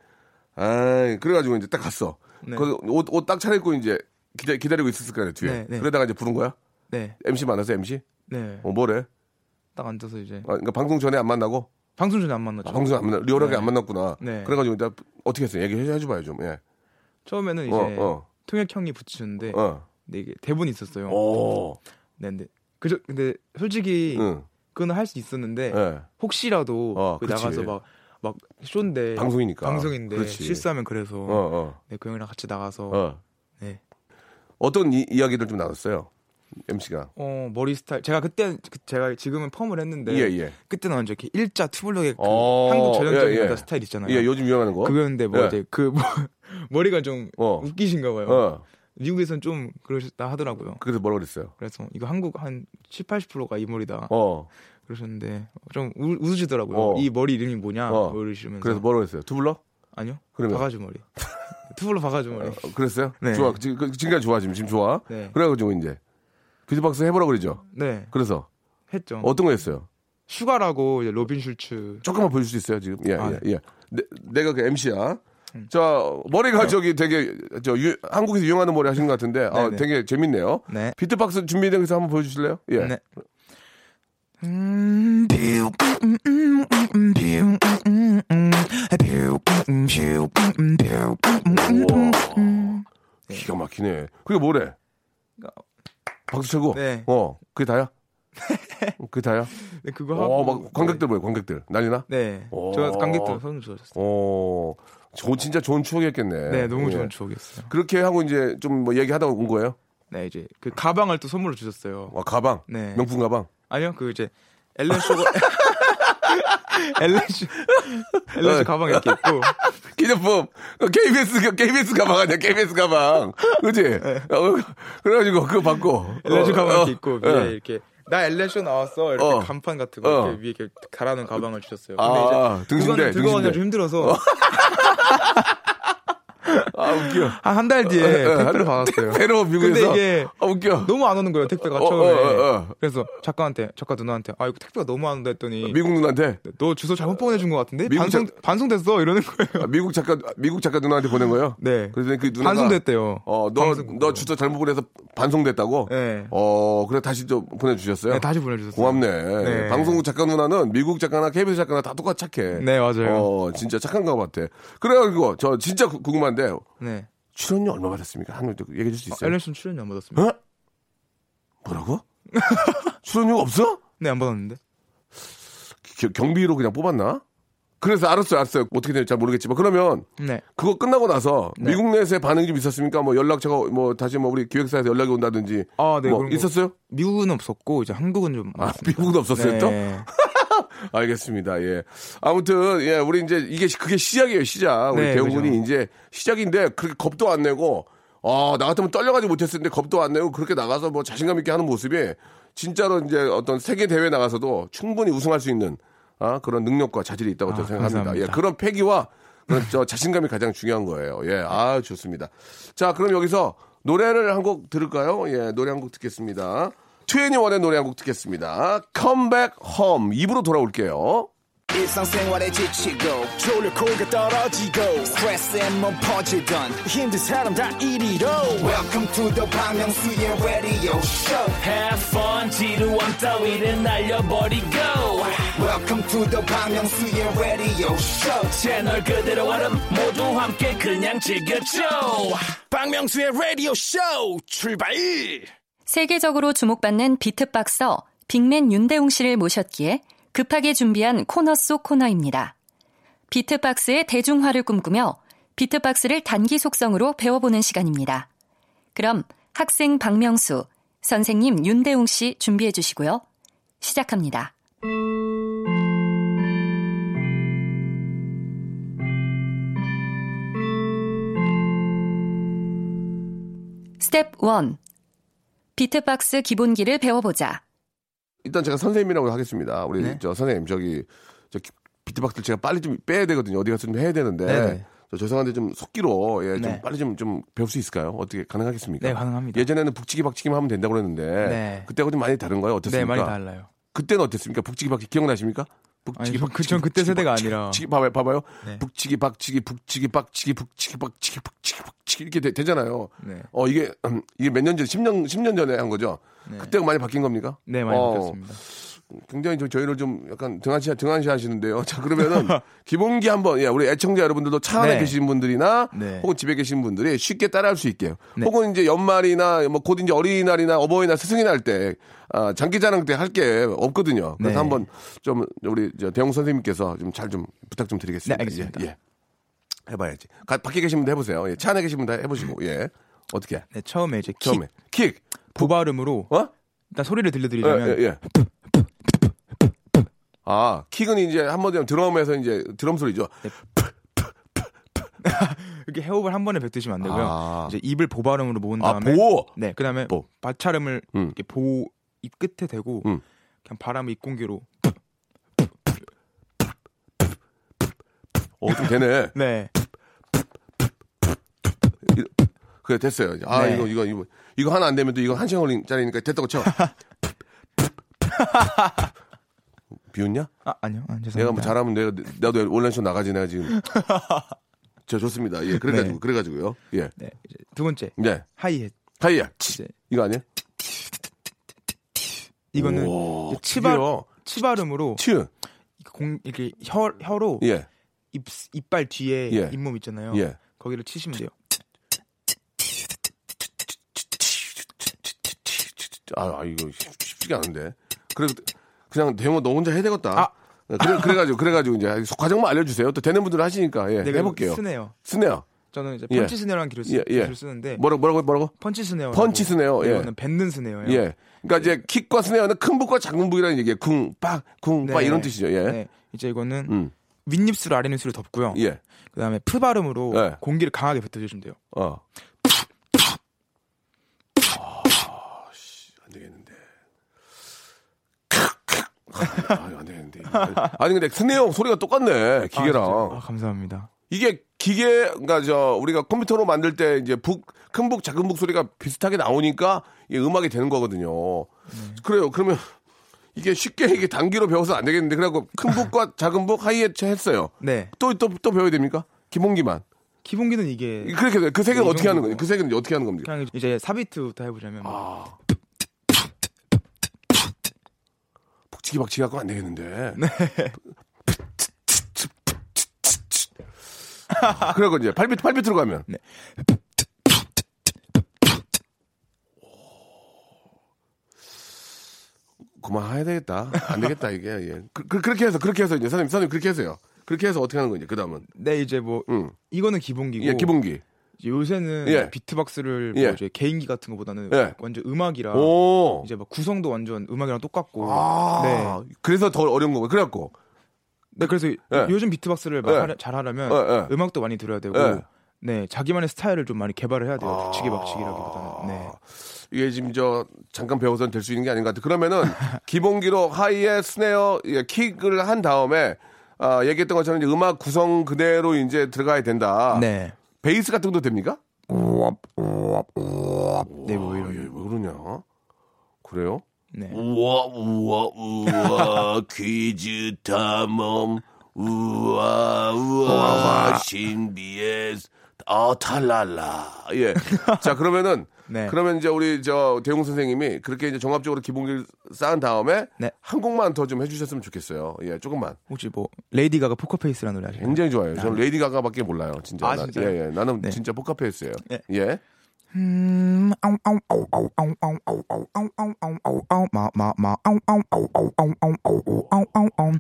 [SPEAKER 3] 아 그래가지고 이제 딱 갔어.
[SPEAKER 4] 네.
[SPEAKER 3] 거기 옷옷 딱 차려입고 이제 기다, 기다리고 있었을 거 아니야 뒤에.
[SPEAKER 4] 네, 네.
[SPEAKER 3] 그러다가 이제 부른 거야.
[SPEAKER 4] 네,
[SPEAKER 3] MC 만나서 MC.
[SPEAKER 4] 네.
[SPEAKER 3] 어 뭐래?
[SPEAKER 4] 딱 앉아서 이제
[SPEAKER 3] 아, 그러니까 방송 전에 안 만나고
[SPEAKER 4] 방송 전에 안 만났죠.
[SPEAKER 3] 아, 방송 안 만나 리얼하게
[SPEAKER 4] 네.
[SPEAKER 3] 안 만났구나.
[SPEAKER 4] 네.
[SPEAKER 3] 그래가지고 일단 어떻게 했어요? 얘기 해- 해줘봐요 좀. 예.
[SPEAKER 4] 처음에는 이제
[SPEAKER 3] 어, 어,
[SPEAKER 4] 통역 형이 붙이는데
[SPEAKER 3] 어.
[SPEAKER 4] 근데 이게 대본이 있었어요.
[SPEAKER 3] 오.
[SPEAKER 4] 네, 근데 그저 근데 솔직히
[SPEAKER 3] 응.
[SPEAKER 4] 그거는 할 수 있었는데
[SPEAKER 3] 예.
[SPEAKER 4] 혹시라도
[SPEAKER 3] 어,
[SPEAKER 4] 그
[SPEAKER 3] 그치.
[SPEAKER 4] 나가서 막 막 쇼인데
[SPEAKER 3] 방송이니까. 아,
[SPEAKER 4] 인데
[SPEAKER 3] 그렇지.
[SPEAKER 4] 네. 실수하면 그래서
[SPEAKER 3] 어, 어,
[SPEAKER 4] 네, 그 형이랑 같이 나가서
[SPEAKER 3] 어.
[SPEAKER 4] 네.
[SPEAKER 3] 어떤 이, 이야기들 좀 나눴어요? MC가.
[SPEAKER 4] 어 머리 스타일 제가 그때 그- 제가 지금은 펌을 했는데
[SPEAKER 3] 예, 예.
[SPEAKER 4] 그때는 완전 이렇게 일자 투블럭의 그
[SPEAKER 3] 어,
[SPEAKER 4] 한국 전형적인
[SPEAKER 3] 예, 예.
[SPEAKER 4] 여자 스타일 있잖아요.
[SPEAKER 3] 예, 요즘 유행하는 거.
[SPEAKER 4] 네. 그거였는데 뭐
[SPEAKER 3] 예.
[SPEAKER 4] 이제 그 뭐- *laughs* 머리가 좀
[SPEAKER 3] 어.
[SPEAKER 4] 웃기신가 봐요.
[SPEAKER 3] 어.
[SPEAKER 4] 미국에선 좀 그러셨다 하더라고요.
[SPEAKER 3] 그래서 뭐라 그랬어요?
[SPEAKER 4] 그래서 이거 한국 한 7, 80%가 이 머리다
[SPEAKER 3] 어.
[SPEAKER 4] 그러셨는데 좀 우, 웃으시더라고요.
[SPEAKER 3] 어.
[SPEAKER 4] 이 머리 이름이 뭐냐
[SPEAKER 3] 어.
[SPEAKER 4] 물으시면서
[SPEAKER 3] 그래서 뭐라 그랬어요? 투블럭?
[SPEAKER 4] 아니요
[SPEAKER 3] 그러면? *laughs*
[SPEAKER 4] 바가지 머리 투블로 바가지 머리
[SPEAKER 3] 어, 그랬어요?
[SPEAKER 4] 네.
[SPEAKER 3] 좋아. 지금, 그- 지금까지 좋아. 지금, 지금 좋아.
[SPEAKER 4] 네.
[SPEAKER 3] 그래가지고 이제 비트박스 해보라 그러죠.
[SPEAKER 4] 네
[SPEAKER 3] 그래서
[SPEAKER 4] 했죠.
[SPEAKER 3] 어떤 거 했어요?
[SPEAKER 4] 슈가라고 이제 로빈 슐츠
[SPEAKER 3] 조금만 보여줄 수 있어요 지금? 예,
[SPEAKER 4] 아,
[SPEAKER 3] 예, 예. 내, 내가 그 MC야. 자 머리가 저기 되게 저 유- 한국에서 유행하는 머리 하신 것 같은데 아,
[SPEAKER 4] 네. 네네.
[SPEAKER 3] 되게 재밌네요.
[SPEAKER 4] 네.
[SPEAKER 3] 비트박스 준비된 거서 한번 보여주실래요? 예.
[SPEAKER 4] 네. *laughs*
[SPEAKER 3] 기가 막히네. 그게 뭐래? 박수 쳐고.
[SPEAKER 4] 네.
[SPEAKER 3] 어, 그게
[SPEAKER 4] *laughs*
[SPEAKER 3] 다야? 그게 다야?
[SPEAKER 4] 네, 그거 하고
[SPEAKER 3] 어, 막 관객들 어. 뭐야? 관객들 난리나?
[SPEAKER 4] 네,
[SPEAKER 3] 오.
[SPEAKER 4] 저 관객들 손을 주셨어요.
[SPEAKER 3] 어, 저 진짜 좋은 추억이었겠네.
[SPEAKER 4] 네, 너무
[SPEAKER 3] 예.
[SPEAKER 4] 좋은 추억이었어요.
[SPEAKER 3] 그렇게 하고 이제 좀 뭐 얘기하다 온 거예요?
[SPEAKER 4] 네, 이제 그 가방을 또 선물로 주셨어요.
[SPEAKER 3] 와, 가방.
[SPEAKER 4] 네.
[SPEAKER 3] 명품 가방.
[SPEAKER 4] 아니요, 그 이제 앨런 *laughs* 쇼고 앨런 쇼 앨런
[SPEAKER 3] 네.
[SPEAKER 4] 쇼 가방 이렇게 있고
[SPEAKER 3] 기념품 그 KBS 가- KBS 가방 아니야 KBS 가방 그지 어, 그래가지고 그거 받고
[SPEAKER 4] 앨런 쇼
[SPEAKER 3] 어,
[SPEAKER 4] 네. 가방
[SPEAKER 3] 어,
[SPEAKER 4] 이렇게 있고 위에
[SPEAKER 3] 어.
[SPEAKER 4] 이렇게 나 앨런 쇼 나왔어 이렇게
[SPEAKER 3] 어.
[SPEAKER 4] 간판 같은 거
[SPEAKER 3] 어.
[SPEAKER 4] 이렇게 위에 이렇게 달아놓은 가방을 주셨어요.
[SPEAKER 3] 아, 등신대,
[SPEAKER 4] 그거는 들고 가기가
[SPEAKER 3] 등신대.
[SPEAKER 4] 좀 힘들어서
[SPEAKER 3] 아 웃겨
[SPEAKER 4] 한 달 뒤에
[SPEAKER 3] 어, 어,
[SPEAKER 4] 택배를
[SPEAKER 3] 어,
[SPEAKER 4] 네, 받았어요.
[SPEAKER 3] 새로 미국에서
[SPEAKER 4] 근데 이게
[SPEAKER 3] 아 웃겨
[SPEAKER 4] 너무 안 오는 거예요 택배가
[SPEAKER 3] 어,
[SPEAKER 4] 처음에.
[SPEAKER 3] 어, 어, 어.
[SPEAKER 4] 그래서 작가한테 작가 누나한테 아 이거 택배가 너무 안 온다 했더니
[SPEAKER 3] 미국 누나한테
[SPEAKER 4] 너 주소 잘못 보내준 것 같은데
[SPEAKER 3] 미국
[SPEAKER 4] 반송 반송됐어 이러는 거예요.
[SPEAKER 3] 아, 미국 작가 미국 작가 누나한테 보낸 거예요
[SPEAKER 4] 네.
[SPEAKER 3] 그래서 그 *laughs* 누나가
[SPEAKER 4] 반송됐대요.
[SPEAKER 3] 어너
[SPEAKER 4] 방송-
[SPEAKER 3] 너 주소 잘못 보내서 반송됐다고
[SPEAKER 4] 네.
[SPEAKER 3] 어 그래 다시 좀 보내주셨어요
[SPEAKER 4] 네, 다시 보내주셨어요.
[SPEAKER 3] 고맙네
[SPEAKER 4] 네.
[SPEAKER 3] 방송국 작가 누나는 미국 작가나 KBS 작가나 다 똑같이 착해
[SPEAKER 4] 네 맞아요.
[SPEAKER 3] 어 진짜 착한가 같아 그래가지고 저 진짜 구- 궁금한데
[SPEAKER 4] 네.
[SPEAKER 3] 출연료 얼마 받았습니까? 한번 얘기해 줄 수 있어요?
[SPEAKER 4] 아, 엘리슨 출연료 안 받았습니다.
[SPEAKER 3] 어? 뭐라고? *laughs* 출연료가 없어?
[SPEAKER 4] 네, 안 받았는데.
[SPEAKER 3] 겨- 경비로 그냥 뽑았나? 그래서 알았어요, 알았어요. 어떻게 될지 잘 모르겠지만 그러면
[SPEAKER 4] 네.
[SPEAKER 3] 그거 끝나고 나서
[SPEAKER 4] 네.
[SPEAKER 3] 미국 내에서의 반응이 좀 있었습니까? 뭐 연락처가 뭐 다시 뭐 우리 기획사에서 연락이 온다든지
[SPEAKER 4] 아, 네.
[SPEAKER 3] 뭐
[SPEAKER 4] 그런 거-
[SPEAKER 3] 있었어요?
[SPEAKER 4] 미국은 없었고 이제 한국은 좀
[SPEAKER 3] 아,
[SPEAKER 4] 많았습니다.
[SPEAKER 3] 미국은 없었어요 또?
[SPEAKER 4] 네.
[SPEAKER 3] 알겠습니다. 예. 아무튼 예, 우리 이제 이게 시- 그게 시작이에요, 시작. 우리
[SPEAKER 4] 네,
[SPEAKER 3] 대웅군이
[SPEAKER 4] 그죠.
[SPEAKER 3] 이제 시작인데 그렇게 겁도 안 내고 아, 나 같으면 떨려가지고 못했을 텐데 겁도 안 내고 그렇게 나가서 뭐 자신감 있게 하는 모습이 진짜로 이제 어떤 세계 대회 나가서도 충분히 우승할 수 있는 아, 그런 능력과 자질이 있다고 저는
[SPEAKER 4] 아,
[SPEAKER 3] 생각합니다.
[SPEAKER 4] 감사합니다.
[SPEAKER 3] 예, 그런 패기와 그런 저 자신감이 가장 중요한 거예요. 예, 아 좋습니다. 자, 그럼 여기서 노래를 한 곡 들을까요? 예, 노래 한 곡 듣겠습니다. 트웬티원의 노래 한 곡 듣겠습니다. Come Back Home 입으로 돌아올게요.
[SPEAKER 5] 일상생활에 지치고, 졸려 코가 떨어지고, 스트레스에 몸 퍼지던, 힘든 사람 다 이리로. welcome to the Bang Myung-soo's radio show
[SPEAKER 6] Have fun 지루함 따위를 날려버리고
[SPEAKER 5] welcome to the Bang Myung-soo's radio show
[SPEAKER 6] 채널 그대로 와름 모두 함께 그냥 즐겨줘
[SPEAKER 2] 박명수의 라디오 쇼 출발!
[SPEAKER 7] 세계적으로 주목받는 비트박서 빅맨 윤대웅 씨를 모셨기에 급하게 준비한 코너 속 코너입니다. 비트박스의 대중화를 꿈꾸며 비트박스를 단기 속성으로 배워보는 시간입니다. 그럼 학생 박명수, 선생님 윤대웅 씨 준비해 주시고요. 시작합니다. 스텝 1. 비트박스 기본기를 배워보자.
[SPEAKER 3] 일단 제가 선생님이라고 하겠습니다. 우리
[SPEAKER 4] 네.
[SPEAKER 3] 저 선생님 저기 저 기- 비트박스를 제가 빨리 좀 빼야 되거든요. 어디 가서 좀 해야 되는데
[SPEAKER 4] 네네.
[SPEAKER 3] 저 죄송한데 좀 속기로 예, 좀
[SPEAKER 4] 네.
[SPEAKER 3] 빨리 좀, 좀 배울 수 있을까요? 어떻게 가능하겠습니까?
[SPEAKER 4] 네, 가능합니다.
[SPEAKER 3] 예전에는 북치기 박치기만 하면 된다고 그랬는데
[SPEAKER 4] 네.
[SPEAKER 3] 그때하고 좀 많이 다른가요?
[SPEAKER 4] 네,
[SPEAKER 3] 어떻습니까?
[SPEAKER 4] 많이 달라요.
[SPEAKER 3] 그때는 어땠습니까? 북치기 박치기 기억나십니까?
[SPEAKER 4] 아니, 전 그- 전 그때 세대가 아니라.
[SPEAKER 3] 북치기 봐봐요, 봐봐요.
[SPEAKER 4] 네.
[SPEAKER 3] 북치기 박치기 북치기 박치기 북치기 박치기 북치기 박치기 이렇게 되, 잖아요
[SPEAKER 4] 네.
[SPEAKER 3] 어 이게 음, 이게 몇 년 전, 10년 10년 전에 한 거죠. 그때가 많이 바뀐 겁니까?
[SPEAKER 4] 네, 많이
[SPEAKER 3] 어,
[SPEAKER 4] 바뀌었습니다.
[SPEAKER 3] 굉장히 좀 저희를 좀 약간 등한시 등한시 하시는데요. *laughs* 자 그러면은 기본기 한번 예, 우리 애청자 여러분들도 차 안에
[SPEAKER 4] 네.
[SPEAKER 3] 계신 분들이나
[SPEAKER 4] 네.
[SPEAKER 3] 혹은 집에 계신 분들이 쉽게 따라할 수 있게요. 혹은 이제 연말이나 뭐곧 이제 어린이날이나 어버이날 스승이날 때 아, 장기자랑 때 할 게 없거든요. 그래서
[SPEAKER 4] 네.
[SPEAKER 3] 한번 좀 우리 저 대형 선생님께서 좀 잘 좀 부탁 좀 드리겠습니다.
[SPEAKER 4] 네, 알겠습니다.
[SPEAKER 3] 예, 예. 해봐야지. 가- 밖에 계신 분도 해보세요. 예, 차 안에 계신 분도 해보시고 예 어떻게
[SPEAKER 4] 네, 처음에 이제 킥,
[SPEAKER 3] 처음에 킥
[SPEAKER 4] 고발음으로
[SPEAKER 3] 어?
[SPEAKER 4] 일단 소리를 들려드리려면
[SPEAKER 3] 예, 예, 예. 아, 킥은 이제 한마디로 드럼에서 이제 드럼 소리죠.
[SPEAKER 4] 네. 이렇게 해호흡을 한 번에 뱉으시면 안 되고요.
[SPEAKER 3] 아.
[SPEAKER 4] 이제 입을 보발음으로 모은
[SPEAKER 3] 아,
[SPEAKER 4] 다음에
[SPEAKER 3] 보호.
[SPEAKER 4] 네, 그다음에
[SPEAKER 3] 보.
[SPEAKER 4] 마찰음을
[SPEAKER 3] 음.
[SPEAKER 4] 이렇게 보 입 끝에 대고
[SPEAKER 3] 음.
[SPEAKER 4] 그냥 바람을 입공기로
[SPEAKER 3] 어, 좀
[SPEAKER 4] *laughs*
[SPEAKER 3] 되네.
[SPEAKER 4] 네.
[SPEAKER 3] 그래 됐어요. 이제. 아,
[SPEAKER 4] 네.
[SPEAKER 3] 이거 이거 이거 이거 하나 안 되면 또 이거 한 시간 걸린 짜리니까 됐다고
[SPEAKER 4] *laughs*
[SPEAKER 3] 쳐. 비웃냐?
[SPEAKER 4] 아, 아니요. 아, 죄송합니다.
[SPEAKER 3] 내가 뭐 잘하면 내가 나도 온라인쇼 나가지 내가 지금.
[SPEAKER 4] *laughs*
[SPEAKER 3] 저 좋습니다. 예, 그래가지고
[SPEAKER 4] 네.
[SPEAKER 3] 그래가지고요. 예,
[SPEAKER 4] 네. 이제 두 번째.
[SPEAKER 3] 네.
[SPEAKER 4] 하이햇.
[SPEAKER 3] 하이야.
[SPEAKER 4] 이제
[SPEAKER 3] 이거 아니야?
[SPEAKER 4] 이거는
[SPEAKER 3] 우와,
[SPEAKER 4] 이제 치발
[SPEAKER 3] 드디어.
[SPEAKER 4] 치발음으로
[SPEAKER 3] 치.
[SPEAKER 4] 공 이렇게 혀 혀로
[SPEAKER 3] 예,
[SPEAKER 4] 입 이빨 뒤에
[SPEAKER 3] 예.
[SPEAKER 4] 잇몸 있잖아요.
[SPEAKER 3] 예.
[SPEAKER 4] 거기를 치시면 돼요.
[SPEAKER 3] 아, 아, 이거 쉽- 쉽지가 않은데. 그래 그냥 대형어 너 혼자 해야 되겠다. 네,
[SPEAKER 4] 아.
[SPEAKER 3] 그래 그래가지고 그래가지고 이제 아, 과정만 알려주세요. 또 되는 분들 하시니까 예,
[SPEAKER 4] 내가
[SPEAKER 3] 해볼게요.
[SPEAKER 4] 스네요.
[SPEAKER 3] 스네어.
[SPEAKER 4] 저는 이제
[SPEAKER 3] 예.
[SPEAKER 4] 펀치 스네어라는 기술을, 쓰,
[SPEAKER 3] 예, 예.
[SPEAKER 4] 는데
[SPEAKER 3] 뭐라고 뭐라고 뭐라고?
[SPEAKER 4] 펀치 스네어.
[SPEAKER 3] 펀치 스네어, 예.
[SPEAKER 4] 이거는 뱉는 스네어예요.
[SPEAKER 3] 예. 그러니까 이제 킥과 스네어는 큰 북과 작은 북이라는 얘기예요. 쿵빡쿵빡
[SPEAKER 4] 네.
[SPEAKER 3] 이런 뜻이죠. 예.
[SPEAKER 4] 네. 이제 이거는
[SPEAKER 3] 음.
[SPEAKER 4] 윗입술 아랫입술을 덮고요.
[SPEAKER 3] 예.
[SPEAKER 4] 그다음에 프 발음으로
[SPEAKER 3] 예.
[SPEAKER 4] 공기를 강하게 뱉어주시면 돼요.
[SPEAKER 3] 어. 아, 씨, 안 되겠는데. 아, 안 되겠는데. 아니 근데 스네어 소리가 똑같네. 기계랑.
[SPEAKER 4] 아, 진짜? 아, 감사합니다.
[SPEAKER 3] 이게 기계, 그러니까 저 우리가 컴퓨터로 만들 때 이제 북, 큰 북, 작은 북 소리가 비슷하게 나오니까 이게 음악이 되는 거거든요. 그래요. 그러면 이게 쉽게 이게 단기로 배워서 안 되겠는데 그래갖고 큰 북과 작은 북 하이에트 했어요.
[SPEAKER 4] 네.
[SPEAKER 3] 또 또 또 배워야 됩니까? 기본기만.
[SPEAKER 4] 기본기는 이게
[SPEAKER 3] 그렇게 돼요. 그 색은
[SPEAKER 4] 이
[SPEAKER 3] 어떻게 하는
[SPEAKER 4] 정도고.
[SPEAKER 3] 거예요? 그 색은 어떻게 하는 겁니까?
[SPEAKER 4] 그냥 이제 사비트부터 해보자면
[SPEAKER 3] 아.
[SPEAKER 4] 뭐
[SPEAKER 3] 북치기 박치기 갖고 안 되겠는데.
[SPEAKER 4] 네.
[SPEAKER 3] 그래갖고 이제 팔비트 팔비트로 가면.
[SPEAKER 4] 네.
[SPEAKER 3] 그만 해야 되겠다. 안 되겠다 이게. 예. 그, 그, 그렇게 해서 그렇게 해서 이제 선생님 선생님 그렇게 하세요. 그렇게 해서 어떻게 하는 거냐 그 다음은.
[SPEAKER 4] 네 이제 뭐
[SPEAKER 3] 음.
[SPEAKER 4] 이거는 기본기고
[SPEAKER 3] 예 기본기.
[SPEAKER 4] 이제 요새는
[SPEAKER 3] 예.
[SPEAKER 4] 비트박스를
[SPEAKER 3] 예.
[SPEAKER 4] 뭐 이제 개인기 같은 거보다는
[SPEAKER 3] 예.
[SPEAKER 4] 완전 음악이라
[SPEAKER 3] 오.
[SPEAKER 4] 이제 막 구성도 완전 음악이랑 똑같고
[SPEAKER 3] 아.
[SPEAKER 4] 네.
[SPEAKER 3] 그래서 더 어려운 거고 그래갖고.
[SPEAKER 4] 네 그래서 요즘 비트박스를 막
[SPEAKER 3] 예.
[SPEAKER 4] 하려- 잘하려면
[SPEAKER 3] 예, 예.
[SPEAKER 4] 음악도 많이 들어야 되고
[SPEAKER 3] 예. 아.
[SPEAKER 4] 네 자기만의 스타일을 좀 많이 개발을 해야 돼요 북치기 박치기라기보다는 네.
[SPEAKER 3] 이게 지금 저 잠깐 배워서는 될 수 있는 게 아닌 것 같아요. 그러면은 기본기로 하이에 스네어 예, 킥을 한 다음에 아, 얘기했던 것처럼 이제 음악 구성 그대로 이제 들어가야 된다.
[SPEAKER 4] 네.
[SPEAKER 3] 베이스 같은 것도 됩니까? 네, 뭐
[SPEAKER 4] 네, 뭐
[SPEAKER 3] 예,
[SPEAKER 4] 이런.
[SPEAKER 3] 왜 그러냐? 그래요?
[SPEAKER 4] 네.
[SPEAKER 2] 우와 우와 우와 *laughs* 퀴즈 탐험 우와
[SPEAKER 4] 어,
[SPEAKER 2] 우와 신비의 아 탈랄라
[SPEAKER 3] 어,
[SPEAKER 4] *laughs*
[SPEAKER 3] 예. 자, 그러면은
[SPEAKER 4] 네.
[SPEAKER 3] 그러면 이제 우리 저 대웅 선생님이 그렇게 이제 종합적으로 기본기를 쌓은 다음에
[SPEAKER 4] 네.
[SPEAKER 3] 한 곡만 더 좀 해주셨으면 좋겠어요. 예, 조금만.
[SPEAKER 4] 혹시 뭐 레이디 가가 포커페이스라는 노래 네. 아시나요?
[SPEAKER 3] 굉장히 좋아요. 저는 레이디 가가밖에 몰라요, 진짜.
[SPEAKER 4] 아,
[SPEAKER 3] 나-
[SPEAKER 4] 진짜요?
[SPEAKER 3] 예, 예. 나는
[SPEAKER 4] 네.
[SPEAKER 3] 진짜 포카페이스예요.
[SPEAKER 4] 네.
[SPEAKER 3] 예.
[SPEAKER 4] 음, 아우, 아우, 아우, 아우, 아우, 아우, 아우, 아우, 아우, 아우, 아우, 아우, 아우, 마, 마, 마, 아우, 아우, 아우, 아우, 아우, 아우, 아우, 아우, 아우, 아우, 아우.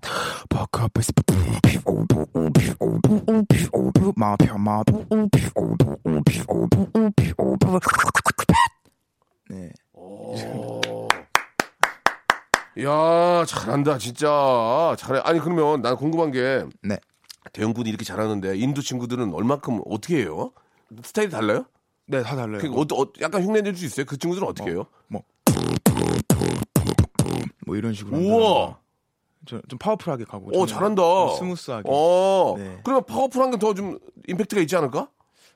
[SPEAKER 4] 버커버스, 뿌, 피, 오, 뿌, 오, 피, 오, 뿌, 오, 피, 오, 뿌, 마, 펴, 마, 뿌, 오, 피, 오, 뿌, 오, 피, 오, 뿌, 오, 피, 오, 뿌. 네.
[SPEAKER 3] 야, 잘한다, 진짜. 잘해. 아니, 그러면 난 궁금한 게
[SPEAKER 4] 네.
[SPEAKER 3] 대웅군이 이렇게 잘하는데 인도 친구들은 얼마큼 어떻게 해요? 스타일이 달라요?
[SPEAKER 4] 네, 다 달라요.
[SPEAKER 3] 그 어, 어, 약간 흉내 낼 수 있어요? 그 친구들은 어떻게 해요?
[SPEAKER 4] 뭐. 뭐 이런 식으로
[SPEAKER 3] 우와!
[SPEAKER 4] 한다던가. 저- 좀 파워풀하게 가고
[SPEAKER 3] 어,
[SPEAKER 4] 저는
[SPEAKER 3] 잘한다.
[SPEAKER 4] 좀 스무스하게
[SPEAKER 3] 어.
[SPEAKER 4] 네.
[SPEAKER 3] 그러면 파워풀한 게 더 좀 임팩트가 있지 않을까?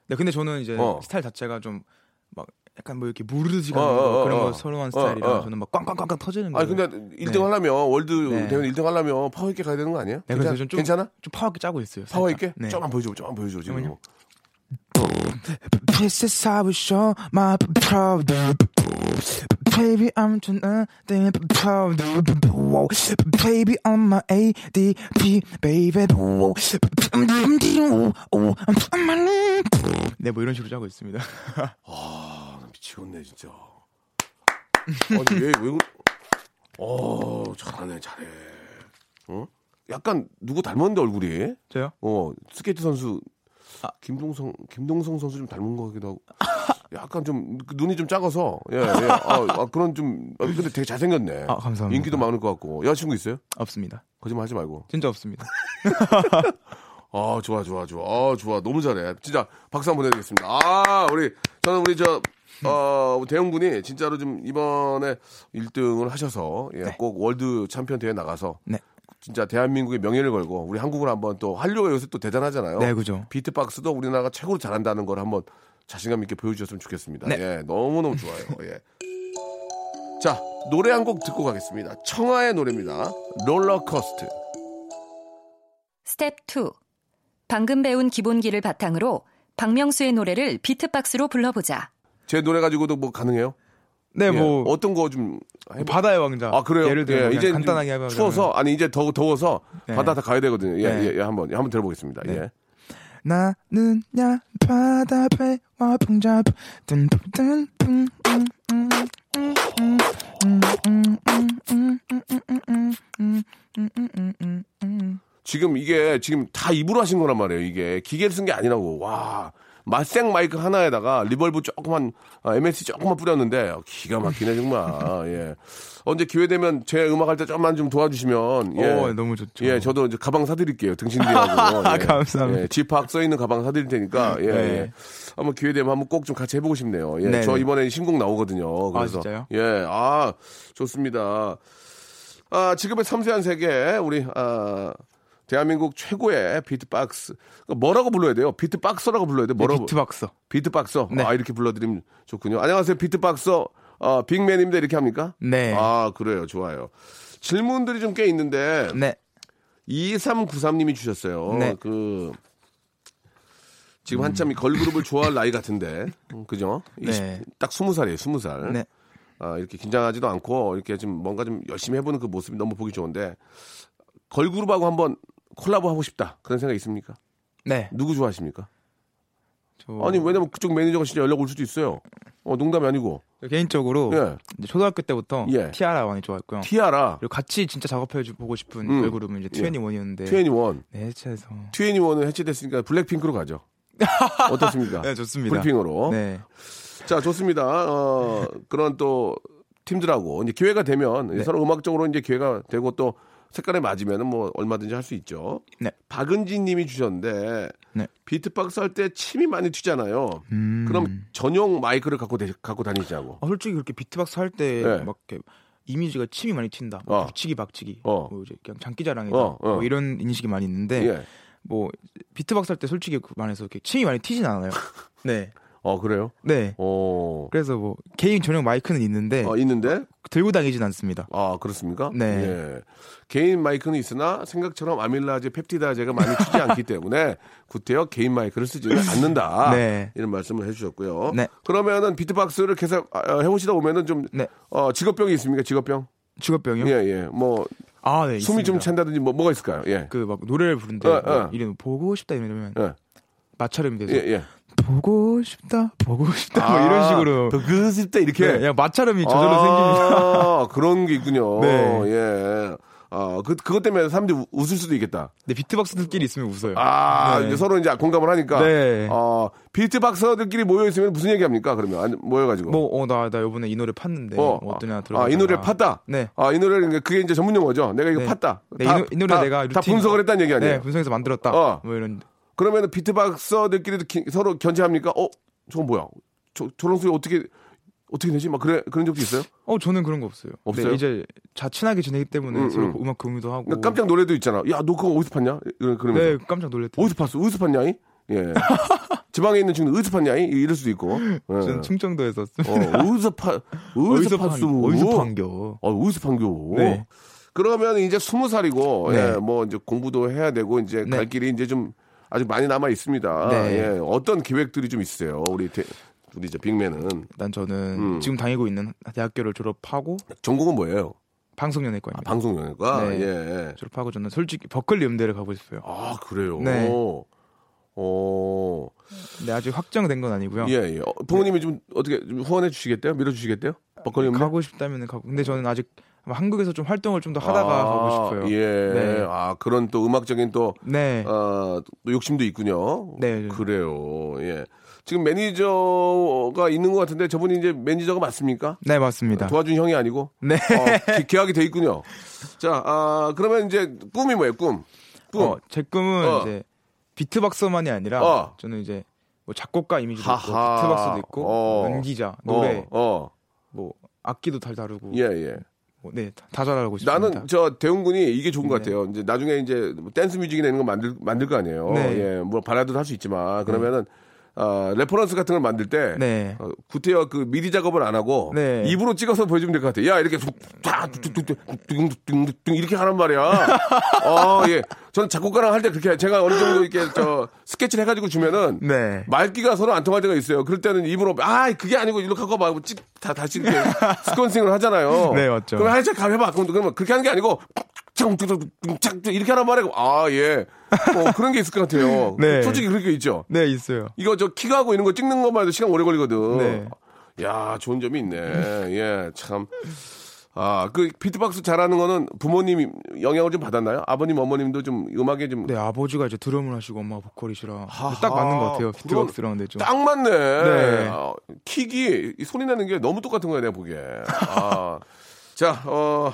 [SPEAKER 4] 네, 근데 저는 이제
[SPEAKER 3] 어.
[SPEAKER 4] 스타일 자체가 좀 막 약간 뭐 이렇게 무르르지 가는
[SPEAKER 3] 어, 어,
[SPEAKER 4] 거
[SPEAKER 3] 어,
[SPEAKER 4] 그런
[SPEAKER 3] 어.
[SPEAKER 4] 거 선호한 스타일이라
[SPEAKER 3] 어, 어.
[SPEAKER 4] 저는 막 꽝꽝꽝꽝 터지는 거.
[SPEAKER 3] 아니, 근데 1등 하려면, 월드
[SPEAKER 4] 네.
[SPEAKER 3] 대회 1등 하려면 파워 있게 가야 되는 거 아니에요?
[SPEAKER 4] 네, 그래서
[SPEAKER 3] 괜찮아?
[SPEAKER 4] 좀, 좀
[SPEAKER 3] 괜찮아?
[SPEAKER 4] 좀 파워있게 짜고 있어요. 살짝.
[SPEAKER 3] 파워 있게?
[SPEAKER 4] 네.
[SPEAKER 3] 좀만 보여줘, 좀만 보여줘, 지금.
[SPEAKER 4] 잠깐만요. This is how we show my proud. Baby, I'm too nothing proud. Baby, on my ADP, baby. 네, 뭐 이런 식으로 짜고 있습니다. *laughs*
[SPEAKER 3] 아, 미치겠네, 진짜. 아니, 왜, 왜, 그- 어, 잘하네, 잘해. 어? 약간, 누구 닮았는데, 얼굴이?
[SPEAKER 4] 저요?
[SPEAKER 3] 어, 스케이트 선수.
[SPEAKER 4] 아.
[SPEAKER 3] 김동성 김동성 선수 좀 닮은 것 같기도 하고 *laughs* 약간 좀그 눈이 좀 작아서 예예 아, 아, 그런 좀 아, 근데 되게 잘생겼네
[SPEAKER 4] 아, 감사합니다.
[SPEAKER 3] 인기도 많을 것 같고 여자친구 있어요
[SPEAKER 4] 없습니다.
[SPEAKER 3] 거짓말 하지 말고
[SPEAKER 4] 진짜 없습니다.
[SPEAKER 3] 아 좋아 좋아 좋아 아 좋아 너무 잘해 진짜 박수 한번 보내드리겠습니다 아 우리 저는 우리 저 어, 대웅 군이 진짜로 좀 이번에 1등을 하셔서 예, 꼭 월드 챔피언 대회 나가서
[SPEAKER 4] 네.
[SPEAKER 3] 진짜 대한민국의 명예를 걸고 우리 한국을 한번 또 한류가 요새 또 대단하잖아요.
[SPEAKER 4] 네, 그죠.
[SPEAKER 3] 비트박스도 우리나라가 최고로 잘한다는 걸 한번 자신감 있게 보여주셨으면 좋겠습니다.
[SPEAKER 4] 네.
[SPEAKER 3] 예, 너무 너무 좋아요. 예. 자 노래 한 곡 듣고 가겠습니다. 청하의 노래입니다. 롤러코스트.
[SPEAKER 7] 스텝 2. 방금 배운 기본기를 바탕으로 박명수의 노래를 비트박스로 불러보자.
[SPEAKER 3] 제 노래 가지고도 뭐 가능해요?
[SPEAKER 4] 네,
[SPEAKER 3] 예,
[SPEAKER 4] 뭐
[SPEAKER 3] 어떤 거좀
[SPEAKER 4] 바다의 왕자.
[SPEAKER 3] 아 그래요?
[SPEAKER 4] 예를 들어
[SPEAKER 3] 예,
[SPEAKER 4] 이제
[SPEAKER 3] 이제
[SPEAKER 4] 간단하게 하면
[SPEAKER 3] 추워서 아니 이제 더 더워서
[SPEAKER 4] 네.
[SPEAKER 3] 바다 다 가야 되거든요. 예예
[SPEAKER 4] 네.
[SPEAKER 3] 예, 한번 예, 한번 들어보겠습니다. 예.
[SPEAKER 4] 나는 야 바다 배와 풍잡 뜬뜬뜬
[SPEAKER 3] 지금 이게 지금 다 입으로 하신 거란 말이에요. 이게 기계를 쓴 게 아니라고. 와. 마생 마이크 하나에다가 리벌브 조금만 아, MSG 조금만 뿌렸는데 어, 기가 막히네 정말. *laughs* 예. 언제 기회 되면 제 음악 할 때 좀만 좀 도와주시면 예.
[SPEAKER 4] 오, 어, 너무 좋죠.
[SPEAKER 3] 예, 저도 이제 가방 사드릴게요.
[SPEAKER 4] *laughs*
[SPEAKER 3] 등신대하고. 예.
[SPEAKER 4] 감사합니다.
[SPEAKER 3] 예, 지팍 써 있는 가방 사드릴 테니까. 예,
[SPEAKER 4] 네.
[SPEAKER 3] 예. 한번 기회 되면 한번 꼭 좀 같이 해보고 싶네요. 예,
[SPEAKER 4] 네,
[SPEAKER 3] 저
[SPEAKER 4] 네.
[SPEAKER 3] 이번에 신곡 나오거든요.
[SPEAKER 4] 아,
[SPEAKER 3] 그래서
[SPEAKER 4] 진짜요?
[SPEAKER 3] 예, 아 좋습니다. 아 지금의 섬세한 세계 우리 아 대한민국 최고의 비트박스 그러니까 뭐라고 불러야 돼요? 비트박서라고 불러야 돼? 뭐라고?
[SPEAKER 4] 네, 비트박서.
[SPEAKER 3] 비트박서.
[SPEAKER 4] 네.
[SPEAKER 3] 아 이렇게 불러드리면 좋군요. 안녕하세요, 비트박서. 아 빅맨입니다. 이렇게 합니까?
[SPEAKER 4] 네.
[SPEAKER 3] 아 그래요, 좋아요. 질문들이 좀 꽤 있는데
[SPEAKER 4] 네.
[SPEAKER 3] 2393님이 주셨어요.
[SPEAKER 4] 네.
[SPEAKER 3] 그 지금 한참 이 걸그룹을 좋아할 나이 같은데, 음, 그죠?
[SPEAKER 4] 네.
[SPEAKER 3] 20, 딱 20살이에요, 20살.
[SPEAKER 4] 네.
[SPEAKER 3] 아, 이렇게 긴장하지도 않고 이렇게 좀 뭔가 좀 열심히 해보는 그 모습이 너무 보기 좋은데 걸그룹하고 한번 콜라보 하고 싶다 그런 생각 있습니까?
[SPEAKER 4] 네.
[SPEAKER 3] 누구 좋아하십니까?
[SPEAKER 4] 저
[SPEAKER 3] 아니 왜냐면 그쪽 매니저가 진짜 연락 올 수도 있어요. 어 농담이 아니고
[SPEAKER 4] 개인적으로
[SPEAKER 3] 예.
[SPEAKER 4] 이제 초등학교 때부터
[SPEAKER 3] 예.
[SPEAKER 4] 티아라 많이 좋아했고요.
[SPEAKER 3] 티아라,
[SPEAKER 4] 그리고 같이 진짜 작업해 주- 보고 싶은
[SPEAKER 3] 음.
[SPEAKER 4] 걸그룹은 이제 21이었는데
[SPEAKER 3] 트웬티원,
[SPEAKER 4] 네, 해체해서
[SPEAKER 3] 트웬티원은 해체됐으니까 블랙핑크로 가죠. 어떻습니까?
[SPEAKER 4] *laughs* 네, 좋습니다.
[SPEAKER 3] 블랙핑으로. 어?
[SPEAKER 4] 네.
[SPEAKER 3] 자, 좋습니다. 어, 그런 또 팀들하고 이제 기회가 되면
[SPEAKER 4] 네.
[SPEAKER 3] 서로 음악적으로 이제 기회가 되고 또 색깔에 맞으면 뭐 얼마든지 할 수 있죠.
[SPEAKER 4] 네.
[SPEAKER 3] 박은진 님이 주셨는데
[SPEAKER 4] 네. 음.
[SPEAKER 3] 비트박스 할 때 침이 많이 튀잖아요. 그럼 전용 마이크를 갖고, 대- 갖고 다니자고.
[SPEAKER 4] 아, 솔직히 그렇게 비트박스 할 때
[SPEAKER 3] 예.
[SPEAKER 4] 막 이렇게 이미지가 침이 많이 튄다. 뭐
[SPEAKER 3] 어.
[SPEAKER 4] 북치기 박치기.
[SPEAKER 3] 어.
[SPEAKER 4] 뭐 이제 그냥 장기자랑이다.
[SPEAKER 3] 어, 어.
[SPEAKER 4] 뭐 이런 인식이 많이 있는데
[SPEAKER 3] 예.
[SPEAKER 4] 그
[SPEAKER 3] *laughs*
[SPEAKER 4] 뭐 비트박스 할 때 솔직히 말해서 이렇게 침이 많이 튀진 않아요. 네.
[SPEAKER 3] 어 그래요?
[SPEAKER 4] 네.
[SPEAKER 3] 어,
[SPEAKER 4] 그래서 뭐 개인 전용 마이크는 있는데
[SPEAKER 3] 어, 있는데
[SPEAKER 4] 들고 다니진 않습니다.
[SPEAKER 3] 아 그렇습니까?
[SPEAKER 4] 네.
[SPEAKER 3] 예. 개인 마이크는 있으나 생각처럼 아밀라제, 펩티다제가 많이 치지 않기 때문에 구태여 개인 마이크를 쓰지 않는다.
[SPEAKER 4] *laughs* 네.
[SPEAKER 3] 이런 말씀을 해주셨고요.
[SPEAKER 4] 네.
[SPEAKER 3] 그러면은 비트박스를 계속 아, 해오시다 보면은 좀
[SPEAKER 4] 네.
[SPEAKER 3] 어, 직업병이 있습니까? 직업병?
[SPEAKER 4] 직업병이요?
[SPEAKER 3] 예, 예. 뭐
[SPEAKER 4] 아, 네.
[SPEAKER 3] 숨이 좀
[SPEAKER 4] 있습니다.
[SPEAKER 3] 찬다든지 뭐 뭐가 있을까요? 예.
[SPEAKER 4] 그 막 노래를 부른데
[SPEAKER 3] 어,
[SPEAKER 4] 뭐
[SPEAKER 3] 어.
[SPEAKER 4] 이름 보고 싶다 이러면
[SPEAKER 3] 예.
[SPEAKER 4] 마찰음이 돼서
[SPEAKER 3] 예, 예.
[SPEAKER 4] 보고 싶다 보고 싶다 뭐 이런 식으로
[SPEAKER 3] 그 싶다 이렇게.
[SPEAKER 4] 네, 그냥 마찰음이 저절로 생깁니다.
[SPEAKER 3] 아, 그런 게 있군요.
[SPEAKER 4] 네.
[SPEAKER 3] 예. 아, 그, 그것 때문에 사람들이 우- 웃을 수도 있겠다.
[SPEAKER 4] 근데 비트박스들끼리 있으면 웃어요.
[SPEAKER 3] 아,
[SPEAKER 4] 네.
[SPEAKER 3] 이제 서로 이제 공감을 하니까.
[SPEAKER 4] 네.
[SPEAKER 3] 어, 비트박스들끼리 모여있으면 무슨 얘기 합니까? 그러면. 아니, 모여가지고.
[SPEAKER 4] 뭐어나나 요번에 이 노래 팠는데 어, 뭐 어떠냐 들어.
[SPEAKER 3] 아, 이 노래를 팠다?
[SPEAKER 4] 네.
[SPEAKER 3] 아, 이 노래를, 이제 그게 이제 전문 용어죠. 내가 이거
[SPEAKER 4] 네.
[SPEAKER 3] 팠다.
[SPEAKER 4] 네,
[SPEAKER 3] 다-
[SPEAKER 4] 이, 노, 이 노래
[SPEAKER 3] 다-
[SPEAKER 4] 내가
[SPEAKER 3] 다
[SPEAKER 4] 루틴-
[SPEAKER 3] 분석을 했다는 얘기 아니에요?
[SPEAKER 4] 네, 분석해서 만들었다.
[SPEAKER 3] 어.
[SPEAKER 4] 뭐 이런.
[SPEAKER 3] 그러면 비트박서들끼리도 기- 서로 견제합니까? 어, 저건 뭐야? 저, 저런 소리 어떻게, 어떻게 되지? 막 그래, 그런 적도 있어요?
[SPEAKER 4] 어 저는 그런 거 없어요.
[SPEAKER 3] 없어요?
[SPEAKER 4] 네, 이제 자친하게 지내기 때문에
[SPEAKER 3] 음,
[SPEAKER 4] 서로
[SPEAKER 3] 음.
[SPEAKER 4] 음악 교류도 하고.
[SPEAKER 3] 그러니까 깜짝 노래도 있잖아. 야, 너 그거 어디서 팠냐? 이러- 그러면서.
[SPEAKER 4] 네 깜짝 놀랬대요.
[SPEAKER 3] 어디서 팠어? 어디서 팠냐이?
[SPEAKER 4] *laughs*
[SPEAKER 3] 예. 지방에 있는 친구 어디서 팠냐이? 이럴 수도 있고. 예.
[SPEAKER 4] 저는 충청도에서
[SPEAKER 3] 어, 어디서 파, 어디서
[SPEAKER 4] 판-
[SPEAKER 3] 팠어?
[SPEAKER 4] *laughs* 어디서 판겨.
[SPEAKER 3] 어, 어디서 판교.
[SPEAKER 4] 네.
[SPEAKER 3] 그러면 이제 스무 살이고,
[SPEAKER 4] 네.
[SPEAKER 3] 예, 뭐 이제 공부도 해야 되고, 이제
[SPEAKER 4] 네.
[SPEAKER 3] 갈 길이 이제 좀 아직 많이 남아 있습니다.
[SPEAKER 4] 네.
[SPEAKER 3] 예. 어떤 계획들이 좀 있으세요? 우리 대, 우리 이제 빅맨은.
[SPEAKER 4] 난 저는
[SPEAKER 3] 음.
[SPEAKER 4] 지금 다니고 있는 대학교를 졸업하고
[SPEAKER 3] 전공은 뭐예요? 아,
[SPEAKER 4] 방송연예과입니다.
[SPEAKER 3] 방송연예과?
[SPEAKER 4] 네.
[SPEAKER 3] 예.
[SPEAKER 4] 졸업하고 저는 솔직히 버클리 음대를 가고 싶어요.
[SPEAKER 3] 아, 그래요?
[SPEAKER 4] 네.
[SPEAKER 3] 어,
[SPEAKER 4] 근데 아직 확정된 건 아니고요.
[SPEAKER 3] 예, 예. 어, 부모님이 좀 어떻게 좀 후원해 주시겠대요? 밀어 주시겠대요? 버커리 음료?
[SPEAKER 4] 가고 싶다면 가고. 근데 저는 아직 아마 한국에서 좀 활동을 좀 더 하다가 가고 싶어요.
[SPEAKER 3] 아, 예.
[SPEAKER 4] 네.
[SPEAKER 3] 아, 그런 또 음악적인 또,
[SPEAKER 4] 네.
[SPEAKER 3] 어, 또 욕심도 있군요.
[SPEAKER 4] 네.
[SPEAKER 3] 그래요. 예. 지금 매니저가 있는 것 같은데 저분이 이제 매니저가 맞습니까?
[SPEAKER 4] 네 맞습니다.
[SPEAKER 3] 도와준 형이 아니고?
[SPEAKER 4] 네.
[SPEAKER 3] 어, 기- 계약이 돼 있군요. 자, 아, 그러면 이제 꿈이 뭐예요, 꿈? 꿈.
[SPEAKER 4] 어, 제 꿈은
[SPEAKER 3] 어.
[SPEAKER 4] 이제 비트박서만이 아니라
[SPEAKER 3] 어.
[SPEAKER 4] 저는 이제 뭐 작곡가 이미지도 있고
[SPEAKER 3] 하하.
[SPEAKER 4] 비트박스도 있고
[SPEAKER 3] 어.
[SPEAKER 4] 연기자 노래
[SPEAKER 3] 어, 어.
[SPEAKER 4] 뭐 악기도 잘 다루고 뭐
[SPEAKER 3] 예, 예.
[SPEAKER 4] 네다 잘하고 싶습니다.
[SPEAKER 3] 나는 저 대웅 군이 이게 좋은 것
[SPEAKER 4] 네.
[SPEAKER 3] 같아요. 이제 나중에 이제 뭐 댄스 뮤직이 되는 거 만들 만들 거 아니에요.
[SPEAKER 4] 네.
[SPEAKER 3] 예, 뭐 발라드도 할 수 있지만 그러면은 어, 레퍼런스 같은 걸 만들 때
[SPEAKER 4] 네.
[SPEAKER 3] 어, 구태여 그 미리 작업을 안 하고
[SPEAKER 4] 네.
[SPEAKER 3] 입으로 찍어서 보여주면 될 것 같아. 야 이렇게 뚝뚝뚝뚝뚝뚝뚝뚝뚝 이렇게 하란
[SPEAKER 4] *laughs*
[SPEAKER 3] 말이야. 어 예, 저는 작곡가랑 할 때 그렇게 제가 어느 정도 이렇게 저 스케치를 해가지고 주면은
[SPEAKER 4] 네.
[SPEAKER 3] 말기가 서로 안 통할 때가 있어요. 그럴 때는 입으로 아 그게 아니고 이렇게 하고 막 찍, 다 다시
[SPEAKER 4] *laughs*
[SPEAKER 3] 이렇게 스콘싱을 하잖아요.
[SPEAKER 4] 네, 맞죠.
[SPEAKER 3] 그럼 한참 가면 해봐. 그럼 그러면 그렇게 하는 게 아니고 착착착 이렇게 하란 말이고 아 예. 뭐 그런 게 있을 것 같아요.
[SPEAKER 4] *laughs* 네.
[SPEAKER 3] 솔직히 그렇게 있죠.
[SPEAKER 4] 네 있어요.
[SPEAKER 3] 이거 저 키가하고 이런 거 찍는 것만 해도 시간 오래 걸리거든.
[SPEAKER 4] 네.
[SPEAKER 3] 야 좋은 점이 있네. 예 참. 아, 그 비트박스 잘하는 거는 부모님 영향을 좀 받았나요? 아버님, 어머님도 좀 음악에 좀
[SPEAKER 4] 네 아버지가 이제 드럼을 하시고 엄마가 보컬이시라 딱 맞는 것
[SPEAKER 3] 그럼
[SPEAKER 4] 같아요 비트박스랑 근데 좀.
[SPEAKER 3] 딱 맞네.
[SPEAKER 4] 네.
[SPEAKER 3] 아, 킥이 이 소리 나는 게 너무 똑같은 거야 내가 보기에. 아, *laughs* 자, 어,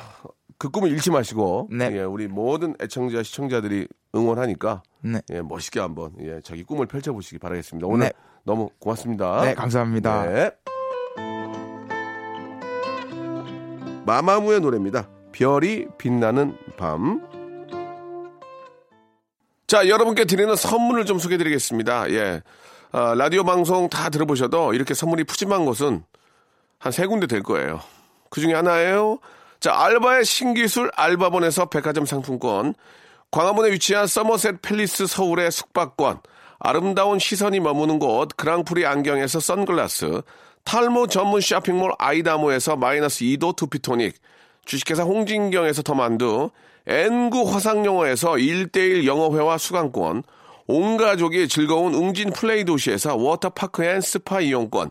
[SPEAKER 3] 그 꿈을 잃지 마시고
[SPEAKER 4] 네.
[SPEAKER 3] 예, 우리 모든 애청자 시청자들이 응원하니까
[SPEAKER 4] 네.
[SPEAKER 3] 예, 멋있게 한번 예, 자기 꿈을 펼쳐 보시기 바라겠습니다. 오늘
[SPEAKER 4] 네.
[SPEAKER 3] 너무 고맙습니다.
[SPEAKER 4] 네 감사합니다.
[SPEAKER 3] 네. 마마무의 노래입니다. 별이 빛나는 밤. 자, 여러분께 드리는 선물을 좀 소개해 드리겠습니다. 예. 아, 라디오 방송 다 들어보셔도 이렇게 선물이 푸짐한 곳은 한 세 군데 될 거예요. 그 중에 하나예요. 자, 알바의 신기술 알바본에서 백화점 상품권, 광화문에 위치한 서머셋 팰리스 서울의 숙박권, 아름다운 시선이 머무는 곳 그랑프리 안경에서 선글라스, 탈모 전문 쇼핑몰 아이다모에서 마이너스 2도 투피토닉, 주식회사 홍진경에서 더만두, N구 화상영어에서 1대1 영어회화 수강권, 온 가족이 즐거운 웅진 플레이 도시에서 워터파크 앤 스파 이용권,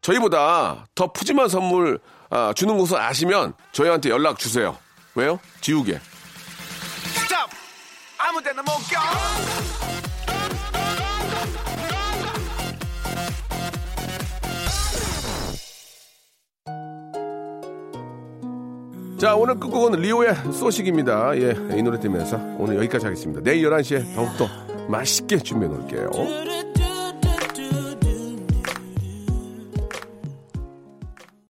[SPEAKER 3] 저희보다 더 푸짐한 선물 아, 주는 곳을 아시면 저희한테 연락 주세요. 왜요? 지우개. 자, 오늘 끝곡은 리오의 소식입니다. 예, 이 노래 들으면서 오늘 여기까지 하겠습니다. 내일 11시에 더욱더 맛있게 준비해 놓을게요.
[SPEAKER 8] do do